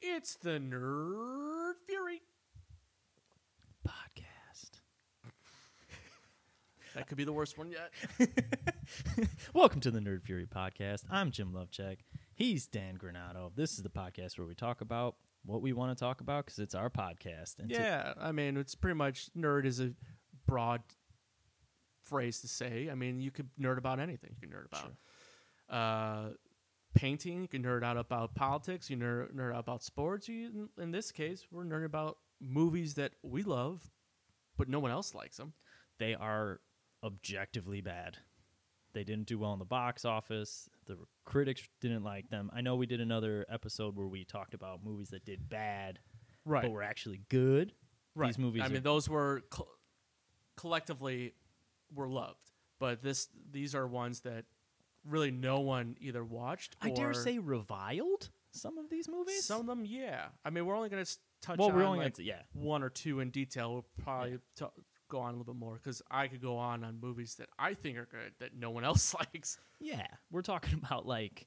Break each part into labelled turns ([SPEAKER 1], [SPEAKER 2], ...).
[SPEAKER 1] It's the Nerd Fury podcast. that could be the worst one yet.
[SPEAKER 2] Welcome to the Nerd Fury podcast. I'm Jim Lovecheck. He's Dan Granado. This is the podcast where we talk about what we want to talk about because it's our podcast. And to-
[SPEAKER 1] Yeah, I mean, it's pretty much nerd is a broad phrase to say. I mean, you could nerd about anything. You can nerd about uh, painting. You can nerd out about politics. You nerd, nerd out about sports. You, in, in this case, we're nerding about movies that we love, but no one else likes them.
[SPEAKER 2] they are objectively bad. They didn't do well in the box office. The critics didn't like them. I know we did another episode where we talked about movies that did bad,
[SPEAKER 1] Right.
[SPEAKER 2] but were actually good.
[SPEAKER 1] Right.
[SPEAKER 2] These movies
[SPEAKER 1] I
[SPEAKER 2] are
[SPEAKER 1] mean, those were col collectively were loved, but this these are ones that really no one either watched.
[SPEAKER 2] I dare
[SPEAKER 1] or-
[SPEAKER 2] say reviled some of these movies.
[SPEAKER 1] some of them. Yeah, I mean, we're only going to touch
[SPEAKER 2] well,
[SPEAKER 1] on
[SPEAKER 2] we're only
[SPEAKER 1] like
[SPEAKER 2] gonna, yeah.
[SPEAKER 1] one or two in detail. We'll probably t- go on a little bit more because I could go on on movies that I think are good that no one else likes.
[SPEAKER 2] Yeah, we're talking about like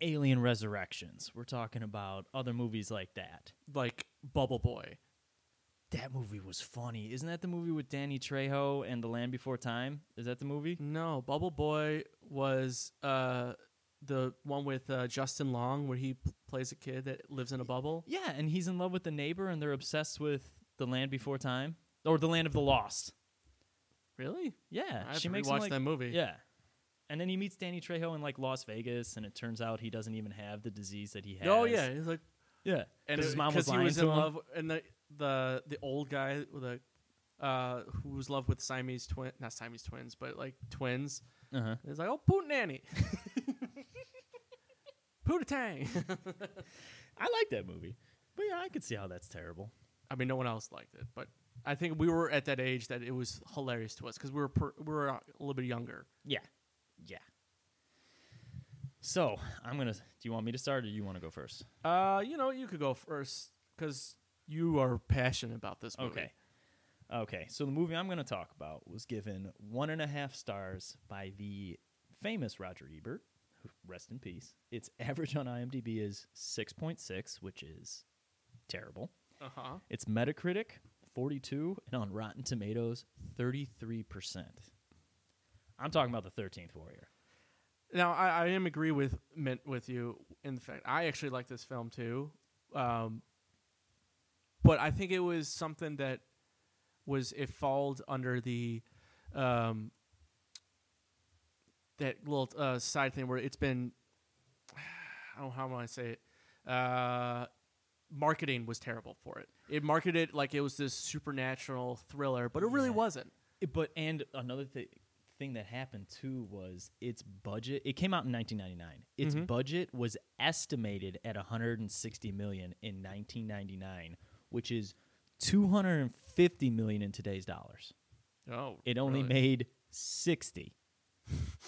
[SPEAKER 2] Alien Resurrections. We're talking about other movies like that.
[SPEAKER 1] Like Bubble Boy.
[SPEAKER 2] That movie was funny. Isn't that the movie with Danny Trejo and The Land Before Time? Is that the movie?
[SPEAKER 1] No, Bubble Boy was uh, the one with uh, Justin Long where he p- plays a kid that lives in a bubble.
[SPEAKER 2] Yeah, and he's in love with the neighbor and they're obsessed with The Land Before Time or The Land of the Lost.
[SPEAKER 1] Really?
[SPEAKER 2] Yeah,
[SPEAKER 1] I have
[SPEAKER 2] she
[SPEAKER 1] to
[SPEAKER 2] makes
[SPEAKER 1] rewatch
[SPEAKER 2] him, like,
[SPEAKER 1] that movie.
[SPEAKER 2] Yeah. And then he meets Danny Trejo in like Las Vegas, and it turns out he doesn't even have the disease that he has.
[SPEAKER 1] Oh yeah, he's like,
[SPEAKER 2] yeah.
[SPEAKER 1] and
[SPEAKER 2] Because his
[SPEAKER 1] it-
[SPEAKER 2] mom was
[SPEAKER 1] he
[SPEAKER 2] lying
[SPEAKER 1] was
[SPEAKER 2] to
[SPEAKER 1] in
[SPEAKER 2] him.
[SPEAKER 1] love, and the the the old guy, with the uh, who was in love with Siamese twin, not Siamese twins, but like twins.
[SPEAKER 2] Uh-huh.
[SPEAKER 1] It's like, oh, Poot Nanny, Poot Tang.
[SPEAKER 2] I like that movie, but yeah, I could see how that's terrible.
[SPEAKER 1] I mean, no one else liked it, but I think we were at that age that it was hilarious to us because we were per, we were a little bit younger.
[SPEAKER 2] Yeah. Yeah. So I'm gonna. Do you want me to start, or do you want to go first?
[SPEAKER 1] Uh, you know, you could go first because you are passionate about this movie.
[SPEAKER 2] Okay. Okay. So the movie I'm gonna talk about was given one and a half stars by the famous Roger Ebert. who- Rest in peace. Its average on IMDb is 6.6, which is terrible.
[SPEAKER 1] Uh huh.
[SPEAKER 2] It's Metacritic 42 and on Rotten Tomatoes 33%. I'm talking about the 13th Warrior.
[SPEAKER 1] Now I, I am agree with meant with you in the fact I actually like this film too, um, but I think it was something that was it followed under the um, that little uh, side thing where it's been I don't know how I want to say it. Uh, marketing was terrible for it. It marketed like it was this supernatural thriller, but it really
[SPEAKER 2] Yeah.
[SPEAKER 1] wasn't.
[SPEAKER 2] It- But and another thi- thing that happened too was its budget. It came out in 1999. Its
[SPEAKER 1] Mhm.
[SPEAKER 2] budget was estimated at 160 million in 1999, which is 250 million in today's dollars.
[SPEAKER 1] Oh,
[SPEAKER 2] It only made 60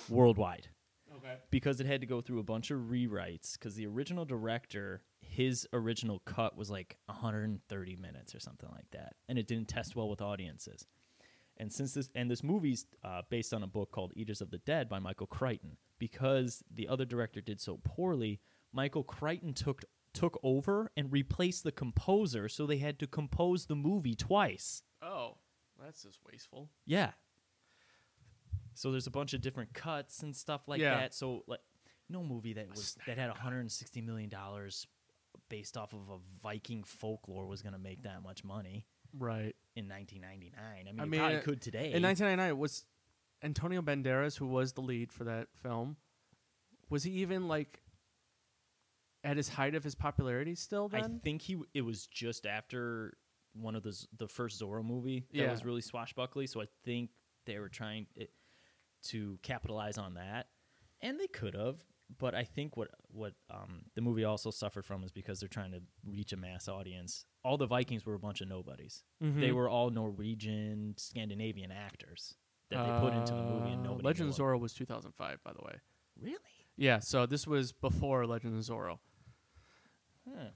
[SPEAKER 2] worldwide.
[SPEAKER 1] okay.
[SPEAKER 2] because it had to go through a bunch of rewrites because the original director his original cut was like 130 minutes or something like that and it didn't test well with audiences and since this and this movie's uh, based on a book called eaters of the dead by michael crichton because the other director did so poorly michael crichton took took over and replaced the composer so they had to compose the movie twice
[SPEAKER 1] Oh, that's just wasteful.
[SPEAKER 2] yeah. So there's a bunch of different cuts and stuff like
[SPEAKER 1] Yeah.
[SPEAKER 2] that. So like no movie that was
[SPEAKER 1] Snyder
[SPEAKER 2] that had 160 million dollars based off of a Viking folklore was going to make that much money
[SPEAKER 1] Right.
[SPEAKER 2] in 1999. I mean,
[SPEAKER 1] I
[SPEAKER 2] it
[SPEAKER 1] mean,
[SPEAKER 2] probably
[SPEAKER 1] uh,
[SPEAKER 2] could today.
[SPEAKER 1] In 1999, was Antonio Banderas, who was the lead for that film, was he even like at his height of his popularity still
[SPEAKER 2] I
[SPEAKER 1] then?
[SPEAKER 2] think he w- it was just after one of the Z- the first Zorro movie that
[SPEAKER 1] Yeah.
[SPEAKER 2] was really swashbuckly. So I think they were trying it, to capitalize on that, and they could have. But I think what what um, the movie also suffered from is because they're trying to reach a mass audience. All the Vikings were a bunch of nobodies. They
[SPEAKER 1] Mhm.
[SPEAKER 2] were all Norwegian, Scandinavian actors that they put into the movie, and
[SPEAKER 1] Uh,
[SPEAKER 2] nobody.
[SPEAKER 1] Legend
[SPEAKER 2] knew
[SPEAKER 1] of Zorro was 2005, by the way.
[SPEAKER 2] of. Really?
[SPEAKER 1] Yeah, so this was before Legend of Zorro
[SPEAKER 2] Huh.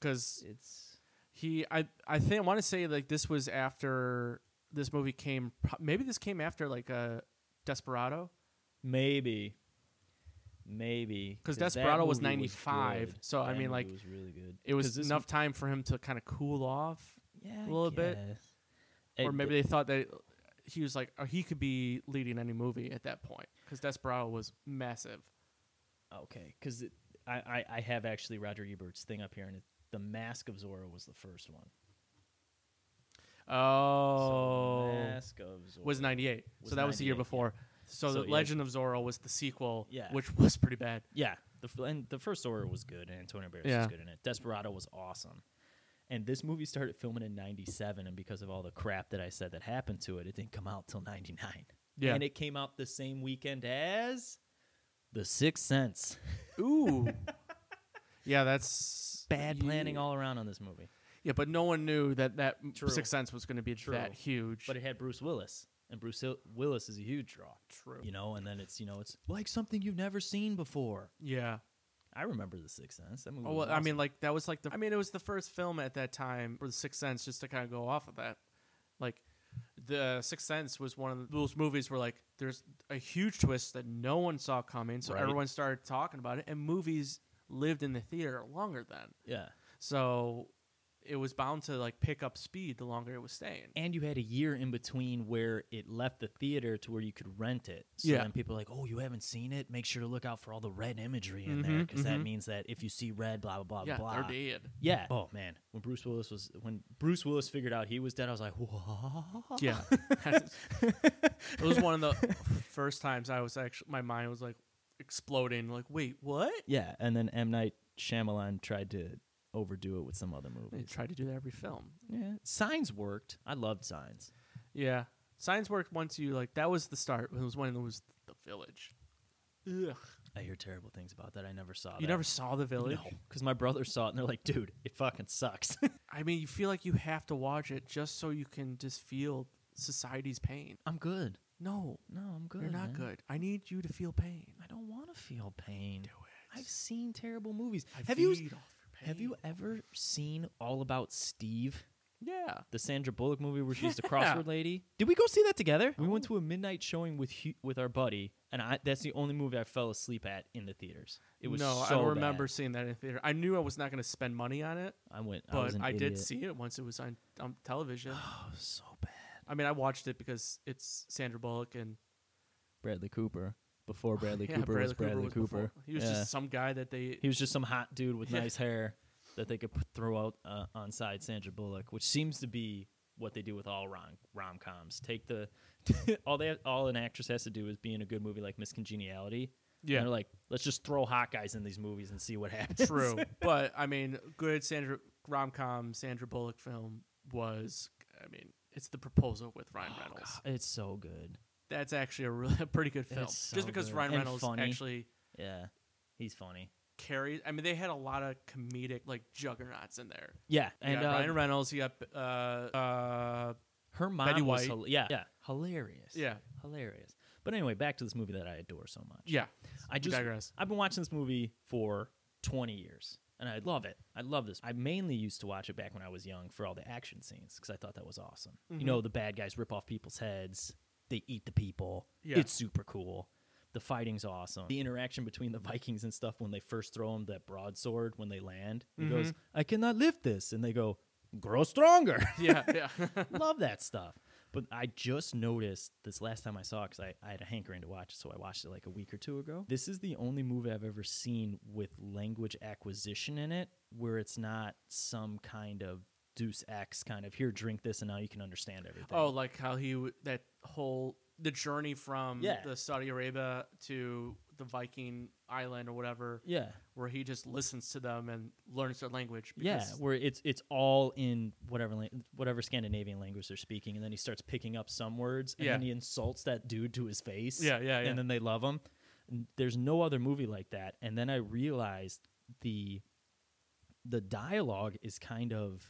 [SPEAKER 1] because
[SPEAKER 2] It's
[SPEAKER 1] he I I think I want to say like this was after this movie came pro- maybe this came after like uh, Desperado.
[SPEAKER 2] maybe Maybe
[SPEAKER 1] because
[SPEAKER 2] that
[SPEAKER 1] Desperado was
[SPEAKER 2] movie
[SPEAKER 1] ninety five.
[SPEAKER 2] good.
[SPEAKER 1] So I
[SPEAKER 2] That
[SPEAKER 1] mean, like
[SPEAKER 2] movie was really good.
[SPEAKER 1] it
[SPEAKER 2] 'Cause
[SPEAKER 1] was
[SPEAKER 2] this
[SPEAKER 1] enough time for him to kind of cool off,
[SPEAKER 2] m- yeah, I
[SPEAKER 1] little bit.
[SPEAKER 2] guess.
[SPEAKER 1] or
[SPEAKER 2] It-
[SPEAKER 1] maybe they thought that he was like, or he could be leading any movie at that point because Desperado was massive.
[SPEAKER 2] Okay, because I, I I have actually Roger Ebert's thing up here, and it, the Mask of Zorro was the first one. So
[SPEAKER 1] Oh,
[SPEAKER 2] The Mask of Zorro
[SPEAKER 1] was ninety eight.
[SPEAKER 2] was
[SPEAKER 1] So that was the year
[SPEAKER 2] 98, yeah.
[SPEAKER 1] before. So,
[SPEAKER 2] So,
[SPEAKER 1] the
[SPEAKER 2] yeah.
[SPEAKER 1] Legend of Zorro was the sequel,
[SPEAKER 2] Yeah.
[SPEAKER 1] which was pretty bad.
[SPEAKER 2] Yeah, the f- and the first Zorro was good, and Antonio Banderas
[SPEAKER 1] Yeah.
[SPEAKER 2] was good in it. Desperado was awesome, and this movie started filming in '97, and because of all the crap that I said that happened to it, it didn't come out till '99.
[SPEAKER 1] Yeah.
[SPEAKER 2] and it came out the same weekend as The Sixth Sense.
[SPEAKER 1] Ooh, yeah, that's
[SPEAKER 2] Bad planning
[SPEAKER 1] Yeah.
[SPEAKER 2] all around on this movie,
[SPEAKER 1] Yeah, but no one knew that that m-
[SPEAKER 2] True.
[SPEAKER 1] Sixth Sense was going to be
[SPEAKER 2] True.
[SPEAKER 1] that huge.
[SPEAKER 2] but it had Bruce Willis, and Bruce Hill- Willis is a huge draw.
[SPEAKER 1] True.
[SPEAKER 2] You know, and then it's you know it's like something you've never seen before.
[SPEAKER 1] yeah.
[SPEAKER 2] I remember The Sixth Sense. That movie
[SPEAKER 1] Oh,
[SPEAKER 2] was
[SPEAKER 1] well, I mean,
[SPEAKER 2] awesome.
[SPEAKER 1] like that was like the. I mean, it was the first film at that time, or the Sixth Sense, just to kind of go off of that. Like, the Sixth Sense was one of those movies where like there's a huge twist that no one saw coming, so
[SPEAKER 2] Right.
[SPEAKER 1] everyone started talking about it, and movies lived in the theater longer then,
[SPEAKER 2] yeah.
[SPEAKER 1] so it was bound to like pick up speed the longer it was staying.
[SPEAKER 2] and you had a year in between where it left the theater to where you could rent it. So
[SPEAKER 1] Yeah.
[SPEAKER 2] then people are like, "Oh, you haven't seen it? Make sure to look out for all the red imagery in there
[SPEAKER 1] Mhm,
[SPEAKER 2] because that
[SPEAKER 1] mhm.
[SPEAKER 2] means that if you see red, blah blah blah
[SPEAKER 1] yeah,
[SPEAKER 2] blah."
[SPEAKER 1] they're dead.
[SPEAKER 2] Yeah. Oh man, when Bruce Willis was when Bruce Willis figured out he was dead, I was like, "What?"
[SPEAKER 1] Yeah, it was one of the first times I was actually my mind was like exploding. Like, wait, what?
[SPEAKER 2] yeah. And then M Night Shyamalan tried to overdo it with some other
[SPEAKER 1] They
[SPEAKER 2] movies.
[SPEAKER 1] try to do that every film.
[SPEAKER 2] Yeah, Signs worked. I loved Signs.
[SPEAKER 1] Yeah, science worked once you like that was the start. It was when it was the village. Ugh.
[SPEAKER 2] I hear terrible things about that. I never saw that.
[SPEAKER 1] You never saw the village.
[SPEAKER 2] because my brother saw it and they're like, "Dude, it fucking sucks."
[SPEAKER 1] I mean, you feel like you have to watch it just so you can just feel society's pain.
[SPEAKER 2] I'm good.
[SPEAKER 1] No,
[SPEAKER 2] No, I'm good.
[SPEAKER 1] you're not
[SPEAKER 2] man.
[SPEAKER 1] good. I need you to feel pain.
[SPEAKER 2] I don't want to feel pain.
[SPEAKER 1] Do it.
[SPEAKER 2] I've seen terrible movies.
[SPEAKER 1] I
[SPEAKER 2] have you
[SPEAKER 1] feed off your pain.
[SPEAKER 2] have you ever seen All About Steve,
[SPEAKER 1] Yeah.
[SPEAKER 2] the Sandra Bullock movie where she's the
[SPEAKER 1] Yeah.
[SPEAKER 2] crossword lady? Did we go see that together? We went to a midnight showing with Hu- with our buddy, and I, that's the only movie I fell asleep at in the theaters. It was
[SPEAKER 1] no.
[SPEAKER 2] So
[SPEAKER 1] I don't remember
[SPEAKER 2] Bad.
[SPEAKER 1] seeing that in theater. I knew I was not going to spend money on it,
[SPEAKER 2] I went, I was
[SPEAKER 1] but
[SPEAKER 2] an
[SPEAKER 1] I,
[SPEAKER 2] idiot.
[SPEAKER 1] did see it once it was on, on television.
[SPEAKER 2] Oh, so bad.
[SPEAKER 1] I mean, I watched it because it's Sandra Bullock and
[SPEAKER 2] Bradley Cooper
[SPEAKER 1] Oh,
[SPEAKER 2] before Bradley Cooper was Bradley
[SPEAKER 1] before-
[SPEAKER 2] Cooper.
[SPEAKER 1] He was
[SPEAKER 2] Yeah.
[SPEAKER 1] just some guy that they
[SPEAKER 2] He was just some hot dude with
[SPEAKER 1] Yeah.
[SPEAKER 2] nice hair that they could p- throw out uh, on side Sandra Bullock, which seems to be what they do with all rom rom coms. Take the all they all an actress has to do is be in a good movie like Miss Congeniality.
[SPEAKER 1] Yeah.
[SPEAKER 2] and they're like, let's just throw hot guys in these movies and see what happens.
[SPEAKER 1] True, but I mean, good Sandra rom com Sandra Bullock film was. I mean, it's the proposal with Ryan
[SPEAKER 2] Oh,
[SPEAKER 1] Reynolds.
[SPEAKER 2] God, it's so good.
[SPEAKER 1] That's actually a really a pretty good film.
[SPEAKER 2] It's so
[SPEAKER 1] Just because
[SPEAKER 2] good.
[SPEAKER 1] Ryan
[SPEAKER 2] And
[SPEAKER 1] Reynolds
[SPEAKER 2] funny.
[SPEAKER 1] actually
[SPEAKER 2] Yeah, he's funny.
[SPEAKER 1] carried. I mean, they had a lot of comedic like juggernauts in there.
[SPEAKER 2] Yeah,
[SPEAKER 1] You
[SPEAKER 2] and
[SPEAKER 1] got
[SPEAKER 2] uh,
[SPEAKER 1] Ryan Reynolds, you got uh, uh,
[SPEAKER 2] her mom
[SPEAKER 1] Betty
[SPEAKER 2] was
[SPEAKER 1] White.
[SPEAKER 2] hila- yeah, yeah, hilarious.
[SPEAKER 1] Yeah.
[SPEAKER 2] hilarious. But anyway, back to this movie that I adore so much.
[SPEAKER 1] yeah.
[SPEAKER 2] I just
[SPEAKER 1] digress.
[SPEAKER 2] I've been watching this movie for 20 years and I love it. I love this. I mainly used to watch it back when I was young for all the action scenes because I thought that was awesome. You know, the bad guys rip off people's heads, they eat the people.
[SPEAKER 1] Yeah.
[SPEAKER 2] It's super cool. The fighting's awesome. The interaction between the Vikings and stuff when they first throw him that broadsword when they land, he goes, I cannot lift this. And they go, Grow stronger.
[SPEAKER 1] Yeah, yeah.
[SPEAKER 2] love that stuff. But I just noticed this last time I saw it because I, I had a hankering to watch it, so I watched it like a week or two ago. This is the only movie I've ever seen with language acquisition in it where it's not some kind of Deuce X kind of here, drink this, and now you can understand everything.
[SPEAKER 1] oh, like how he w- that whole the journey from
[SPEAKER 2] Yeah.
[SPEAKER 1] the Saudi Arabia to the Viking island or whatever.
[SPEAKER 2] yeah.
[SPEAKER 1] where he just listens to them and learns their language.
[SPEAKER 2] Yeah,
[SPEAKER 1] Because
[SPEAKER 2] where it's it's all in whatever lang- whatever Scandinavian language they're speaking, and then he starts picking up some words, and
[SPEAKER 1] Yeah.
[SPEAKER 2] then he insults that dude to his face.
[SPEAKER 1] Yeah, yeah, yeah.
[SPEAKER 2] And then they love him. N- There's no other movie like that. And then I realized the the dialogue is kind of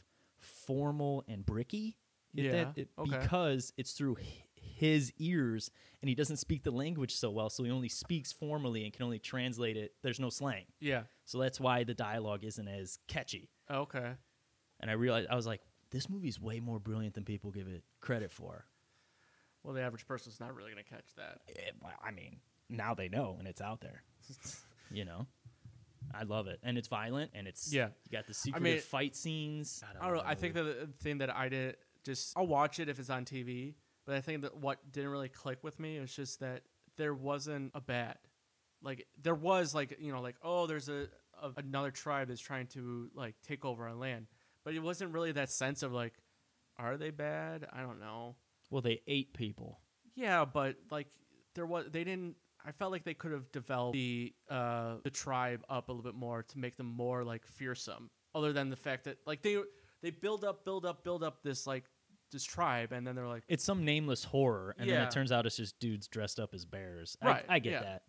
[SPEAKER 2] formal and bricky. if that-
[SPEAKER 1] Yeah,
[SPEAKER 2] it-
[SPEAKER 1] okay.
[SPEAKER 2] Because it's through hi- his ears, and he doesn't speak the language so well, so he only speaks formally and can only translate it. There's no slang,
[SPEAKER 1] yeah. Oh,
[SPEAKER 2] so that's why the dialogue isn't as catchy
[SPEAKER 1] Okay.
[SPEAKER 2] and I realized I was like, this movie's way more brilliant than people give it credit for.
[SPEAKER 1] Well, the average person's not really going to catch that.
[SPEAKER 2] Eh, well, I mean, now they know and it's out there. You know, I love it, and it's violent, and it's
[SPEAKER 1] Yeah.
[SPEAKER 2] You got the secret
[SPEAKER 1] mean-
[SPEAKER 2] fight scenes.
[SPEAKER 1] I don't know. I think that the thing that I did just I'll watch it if it's on TV, but I think that what didn't really click with me was just that there wasn't a bad. Like there was like you know like oh there's a, a another tribe that's trying to like take over our land, but it wasn't really that sense of like are they bad? I don't know.
[SPEAKER 2] well, they ate people.
[SPEAKER 1] Yeah, but like there was they didn't. I felt like they could have developed the uh, the tribe up a little bit more to make them more like fearsome. Other than the fact that like they they build up, build up, build up this like this tribe, and then they're like,
[SPEAKER 2] It's some nameless horror, and then
[SPEAKER 1] Yeah.
[SPEAKER 2] it turns out it's just dudes dressed up as bears.
[SPEAKER 1] Right,
[SPEAKER 2] I, I get
[SPEAKER 1] yeah.
[SPEAKER 2] that.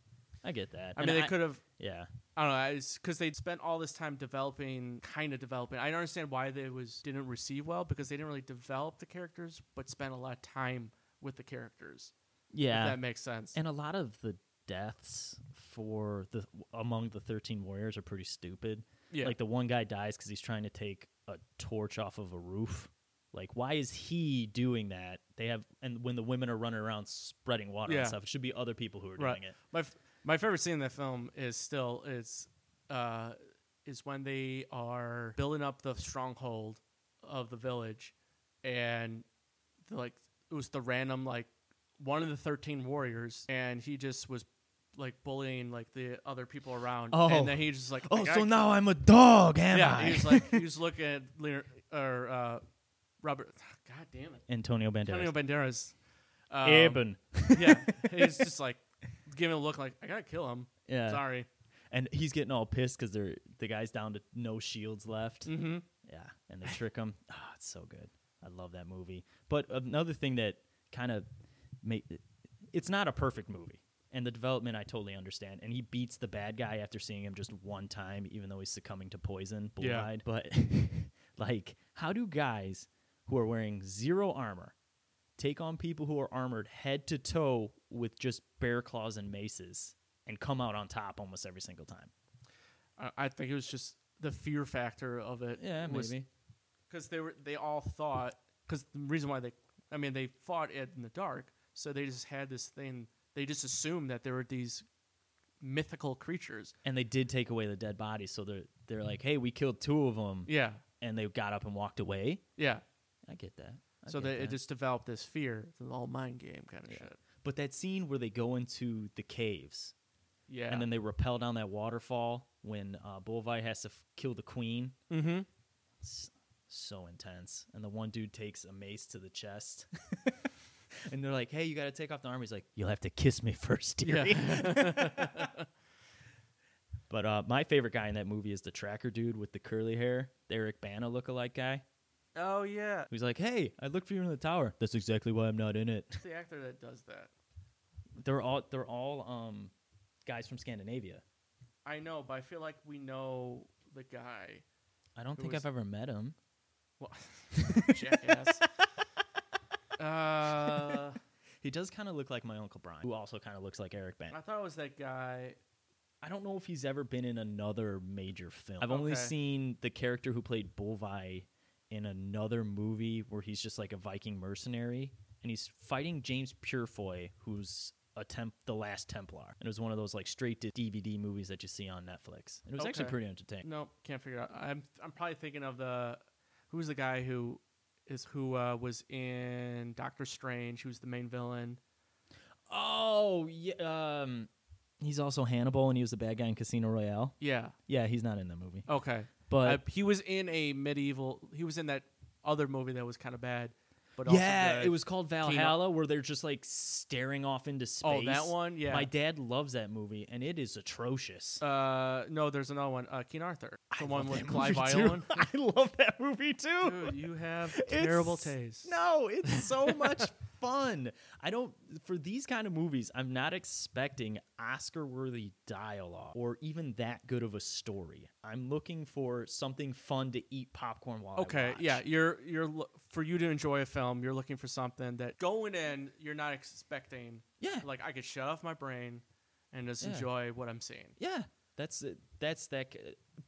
[SPEAKER 2] I get that.
[SPEAKER 1] I
[SPEAKER 2] And
[SPEAKER 1] mean, they could have.
[SPEAKER 2] Yeah.
[SPEAKER 1] I don't know, it's because they spent all this time developing, kind of developing. I don't understand why they was didn't receive well because they didn't really develop the characters, but spent a lot of time with the characters.
[SPEAKER 2] Yeah.
[SPEAKER 1] if that makes sense.
[SPEAKER 2] And a lot of the deaths for the among the 13 warriors are pretty stupid.
[SPEAKER 1] Yeah.
[SPEAKER 2] Like the one guy dies cuz he's trying to take a torch off of a roof. Like why is he doing that? They have and when the women are running around spreading water
[SPEAKER 1] Yeah.
[SPEAKER 2] and stuff, it should be other people who are
[SPEAKER 1] Right.
[SPEAKER 2] doing it.
[SPEAKER 1] My f- my favorite scene in that film is still is uh, is when they are building up the stronghold of the village, and the, like it was the random like one of the thirteen warriors, and he just was like bullying like the other people around,
[SPEAKER 2] Oh.
[SPEAKER 1] and then he just like
[SPEAKER 2] Oh,
[SPEAKER 1] like,
[SPEAKER 2] so
[SPEAKER 1] I-
[SPEAKER 2] now I'm a dog, am
[SPEAKER 1] yeah,
[SPEAKER 2] I?
[SPEAKER 1] he was like he was looking at Leonard, or uh, Robert. God damn it,
[SPEAKER 2] Antonio Banderas. Eh,
[SPEAKER 1] Antonio Banderas. Um,
[SPEAKER 2] Eben.
[SPEAKER 1] yeah, he's just like giving a look like I gotta kill him.
[SPEAKER 2] Yeah.
[SPEAKER 1] Sorry.
[SPEAKER 2] And he's getting all pissed cuz they're the guy's down to no shields left.
[SPEAKER 1] Mm-hmm.
[SPEAKER 2] Yeah, and they trick him. Ah, it's so good. I love that movie. But another thing that kind of make it's not a perfect movie. And the development I totally understand. And he beats the bad guy after seeing him just one time, even though he's succumbing to poison, blue
[SPEAKER 1] Yeah.
[SPEAKER 2] eyed. But like, how do guys who are wearing zero armor take on people who are armored head to toe with just bear claws and maces and come out on top almost every single time?
[SPEAKER 1] I, I think it was just the fear factor of it. because they were they all thought because the reason why they I mean they fought it in the dark, so they just had this thing. They just assumed that there were these mythical creatures.
[SPEAKER 2] and they did take away the dead bodies so they're they're like hey we killed two of them
[SPEAKER 1] Yeah,
[SPEAKER 2] and they got up and walked away
[SPEAKER 1] yeah.
[SPEAKER 2] i get that I
[SPEAKER 1] so
[SPEAKER 2] get
[SPEAKER 1] they it
[SPEAKER 2] that.
[SPEAKER 1] just developed this fear, it's an all mind game kind of
[SPEAKER 2] Yeah.
[SPEAKER 1] shit.
[SPEAKER 2] but that scene where they go into the caves
[SPEAKER 1] Yeah,
[SPEAKER 2] and then they rappel down that waterfall when uh Bolvi has to f- kill the queen
[SPEAKER 1] mm-hmm.
[SPEAKER 2] S- so intense and the one dude takes a mace to the chest and they're like hey you got to take off the armor he's like you'll have to kiss me first dearie but uh my favorite guy in that movie is the tracker dude with the curly hair the eric bana lookalike guy
[SPEAKER 1] Oh yeah,
[SPEAKER 2] He's like, "Hey, I looked for you in the tower. That's exactly why I'm not in it."
[SPEAKER 1] it's the actor that does that.
[SPEAKER 2] They're all they're all um guys from Scandinavia.
[SPEAKER 1] I know, but I feel like we know the guy.
[SPEAKER 2] I don't
[SPEAKER 1] Who
[SPEAKER 2] think
[SPEAKER 1] was-
[SPEAKER 2] I've ever met him.
[SPEAKER 1] Well, jackass. uh,
[SPEAKER 2] He does kind of look like my uncle Brian, who also kind of looks like Eric Bana.
[SPEAKER 1] I thought it was that guy.
[SPEAKER 2] I don't know if he's ever been in another major film. I've only
[SPEAKER 1] Okay.
[SPEAKER 2] seen the character who played Bolvi in another movie where he's just like a Viking mercenary and he's fighting James Purefoy, who's a temp, the last Templar, and it was one of those like straight to DVD movies that you see on Netflix. And it was actually
[SPEAKER 1] Okay.
[SPEAKER 2] pretty entertaining.
[SPEAKER 1] Nope, can't figure it out. I'm I'm probably thinking of the who's the guy who is who uh, was in Doctor Strange, who's the main villain.
[SPEAKER 2] Oh, yeah. Um, he's also Hannibal, and he was the bad guy in Casino Royale.
[SPEAKER 1] Yeah.
[SPEAKER 2] Yeah, he's not in the movie,
[SPEAKER 1] Okay.
[SPEAKER 2] but
[SPEAKER 1] Uh, he was in a medieval. He was in that other movie that was kind of bad, but also
[SPEAKER 2] yeah,
[SPEAKER 1] good.
[SPEAKER 2] it was called Valhalla, where they're just like staring off into
[SPEAKER 1] Oh,
[SPEAKER 2] space.
[SPEAKER 1] that one. Yeah.
[SPEAKER 2] My dad loves that movie, and it is atrocious.
[SPEAKER 1] uh, no, there's another one. Uh, King Arthur, the
[SPEAKER 2] I
[SPEAKER 1] one
[SPEAKER 2] love
[SPEAKER 1] with
[SPEAKER 2] that
[SPEAKER 1] Clive
[SPEAKER 2] movie, too.
[SPEAKER 1] Ireland.
[SPEAKER 2] I love that movie too.
[SPEAKER 1] Dude, you have
[SPEAKER 2] It's-
[SPEAKER 1] terrible taste.
[SPEAKER 2] No, it's so much fun. I don't for these kind of movies, I'm not expecting Oscar-worthy dialogue or even that good of a story. I'm looking for something fun to eat popcorn while I
[SPEAKER 1] Okay,
[SPEAKER 2] watch.
[SPEAKER 1] yeah, you're you're lo- for you to enjoy a film, you're looking for something that going in, you're not expecting.
[SPEAKER 2] Yeah.
[SPEAKER 1] like I could shut off my brain and just
[SPEAKER 2] Yeah.
[SPEAKER 1] enjoy what I'm seeing.
[SPEAKER 2] Yeah. That's it. That's that c-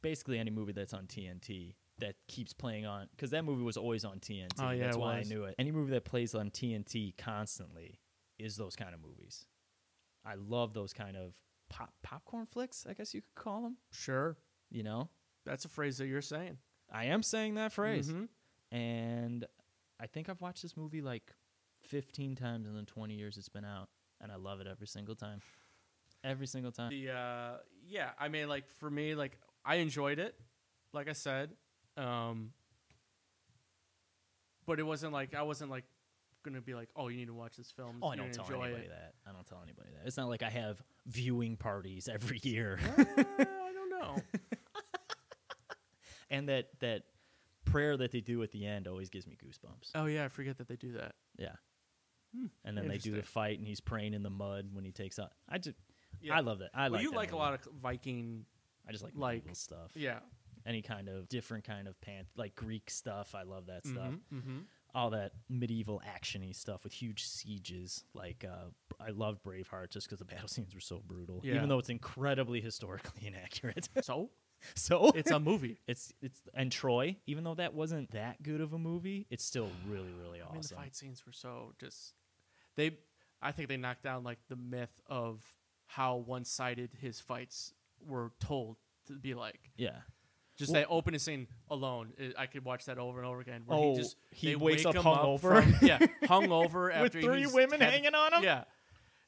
[SPEAKER 2] basically any movie that's on TNT that keeps playing on cuz that movie was always on TNT.
[SPEAKER 1] Oh, yeah,
[SPEAKER 2] that's
[SPEAKER 1] it
[SPEAKER 2] why
[SPEAKER 1] was.
[SPEAKER 2] I knew it. Any movie that plays on TNT constantly is those kind of movies. I love those kind of pop popcorn flicks, I guess you could call them.
[SPEAKER 1] Sure.
[SPEAKER 2] You know,
[SPEAKER 1] That's a phrase that you're saying.
[SPEAKER 2] I am saying that phrase,
[SPEAKER 1] Mhm.
[SPEAKER 2] and I think I've watched this movie like 15 times in the 20 years it's been out, and I love it every single time. Every single time.
[SPEAKER 1] The uh, yeah, I mean, like for me, like I enjoyed it. Like I said, um, but it wasn't like I wasn't like gonna be like, oh, you need to watch this film.
[SPEAKER 2] Oh, I
[SPEAKER 1] you
[SPEAKER 2] don't
[SPEAKER 1] need to
[SPEAKER 2] tell
[SPEAKER 1] enjoy
[SPEAKER 2] anybody
[SPEAKER 1] it.
[SPEAKER 2] that. I don't tell anybody that. It's not like I have viewing parties every year,
[SPEAKER 1] Uh, I don't know.
[SPEAKER 2] and that that prayer that they do at the end always gives me goosebumps.
[SPEAKER 1] oh yeah, I forget that they do that.
[SPEAKER 2] Yeah.
[SPEAKER 1] Hmm,
[SPEAKER 2] and then they do the
[SPEAKER 1] interesting.
[SPEAKER 2] fight, and he's praying in the mud when he takes out. I just,
[SPEAKER 1] Yeah.
[SPEAKER 2] I love that. I
[SPEAKER 1] well,
[SPEAKER 2] like.
[SPEAKER 1] you
[SPEAKER 2] that
[SPEAKER 1] like a
[SPEAKER 2] movie.
[SPEAKER 1] lot of Viking.
[SPEAKER 2] I just like,
[SPEAKER 1] like-
[SPEAKER 2] medieval stuff.
[SPEAKER 1] Yeah.
[SPEAKER 2] Any kind of different kind of pan, like Greek stuff. I love that stuff.
[SPEAKER 1] Mhm, mhm.
[SPEAKER 2] All that medieval actiony stuff with huge sieges. Like, uh, I love Braveheart just because the battle scenes were so brutal.
[SPEAKER 1] Yeah.
[SPEAKER 2] Even though it's incredibly historically inaccurate.
[SPEAKER 1] So
[SPEAKER 2] so
[SPEAKER 1] it's a movie.
[SPEAKER 2] It's it's and Troy, even though that wasn't that good of a movie, it's still really really
[SPEAKER 1] I mean, the
[SPEAKER 2] awesome.
[SPEAKER 1] fight scenes were so just they. I think they knocked down like the myth of how one-sided his fights were told to be like.
[SPEAKER 2] yeah.
[SPEAKER 1] Just
[SPEAKER 2] Well-
[SPEAKER 1] that opening scene alone, i- I could watch that over and over again. Where
[SPEAKER 2] Oh,
[SPEAKER 1] he just
[SPEAKER 2] he
[SPEAKER 1] they
[SPEAKER 2] wakes
[SPEAKER 1] wake
[SPEAKER 2] up
[SPEAKER 1] him
[SPEAKER 2] hungover.
[SPEAKER 1] from- yeah, hungover
[SPEAKER 2] With
[SPEAKER 1] after
[SPEAKER 2] three
[SPEAKER 1] he's
[SPEAKER 2] women
[SPEAKER 1] had-
[SPEAKER 2] hanging on him.
[SPEAKER 1] Yeah,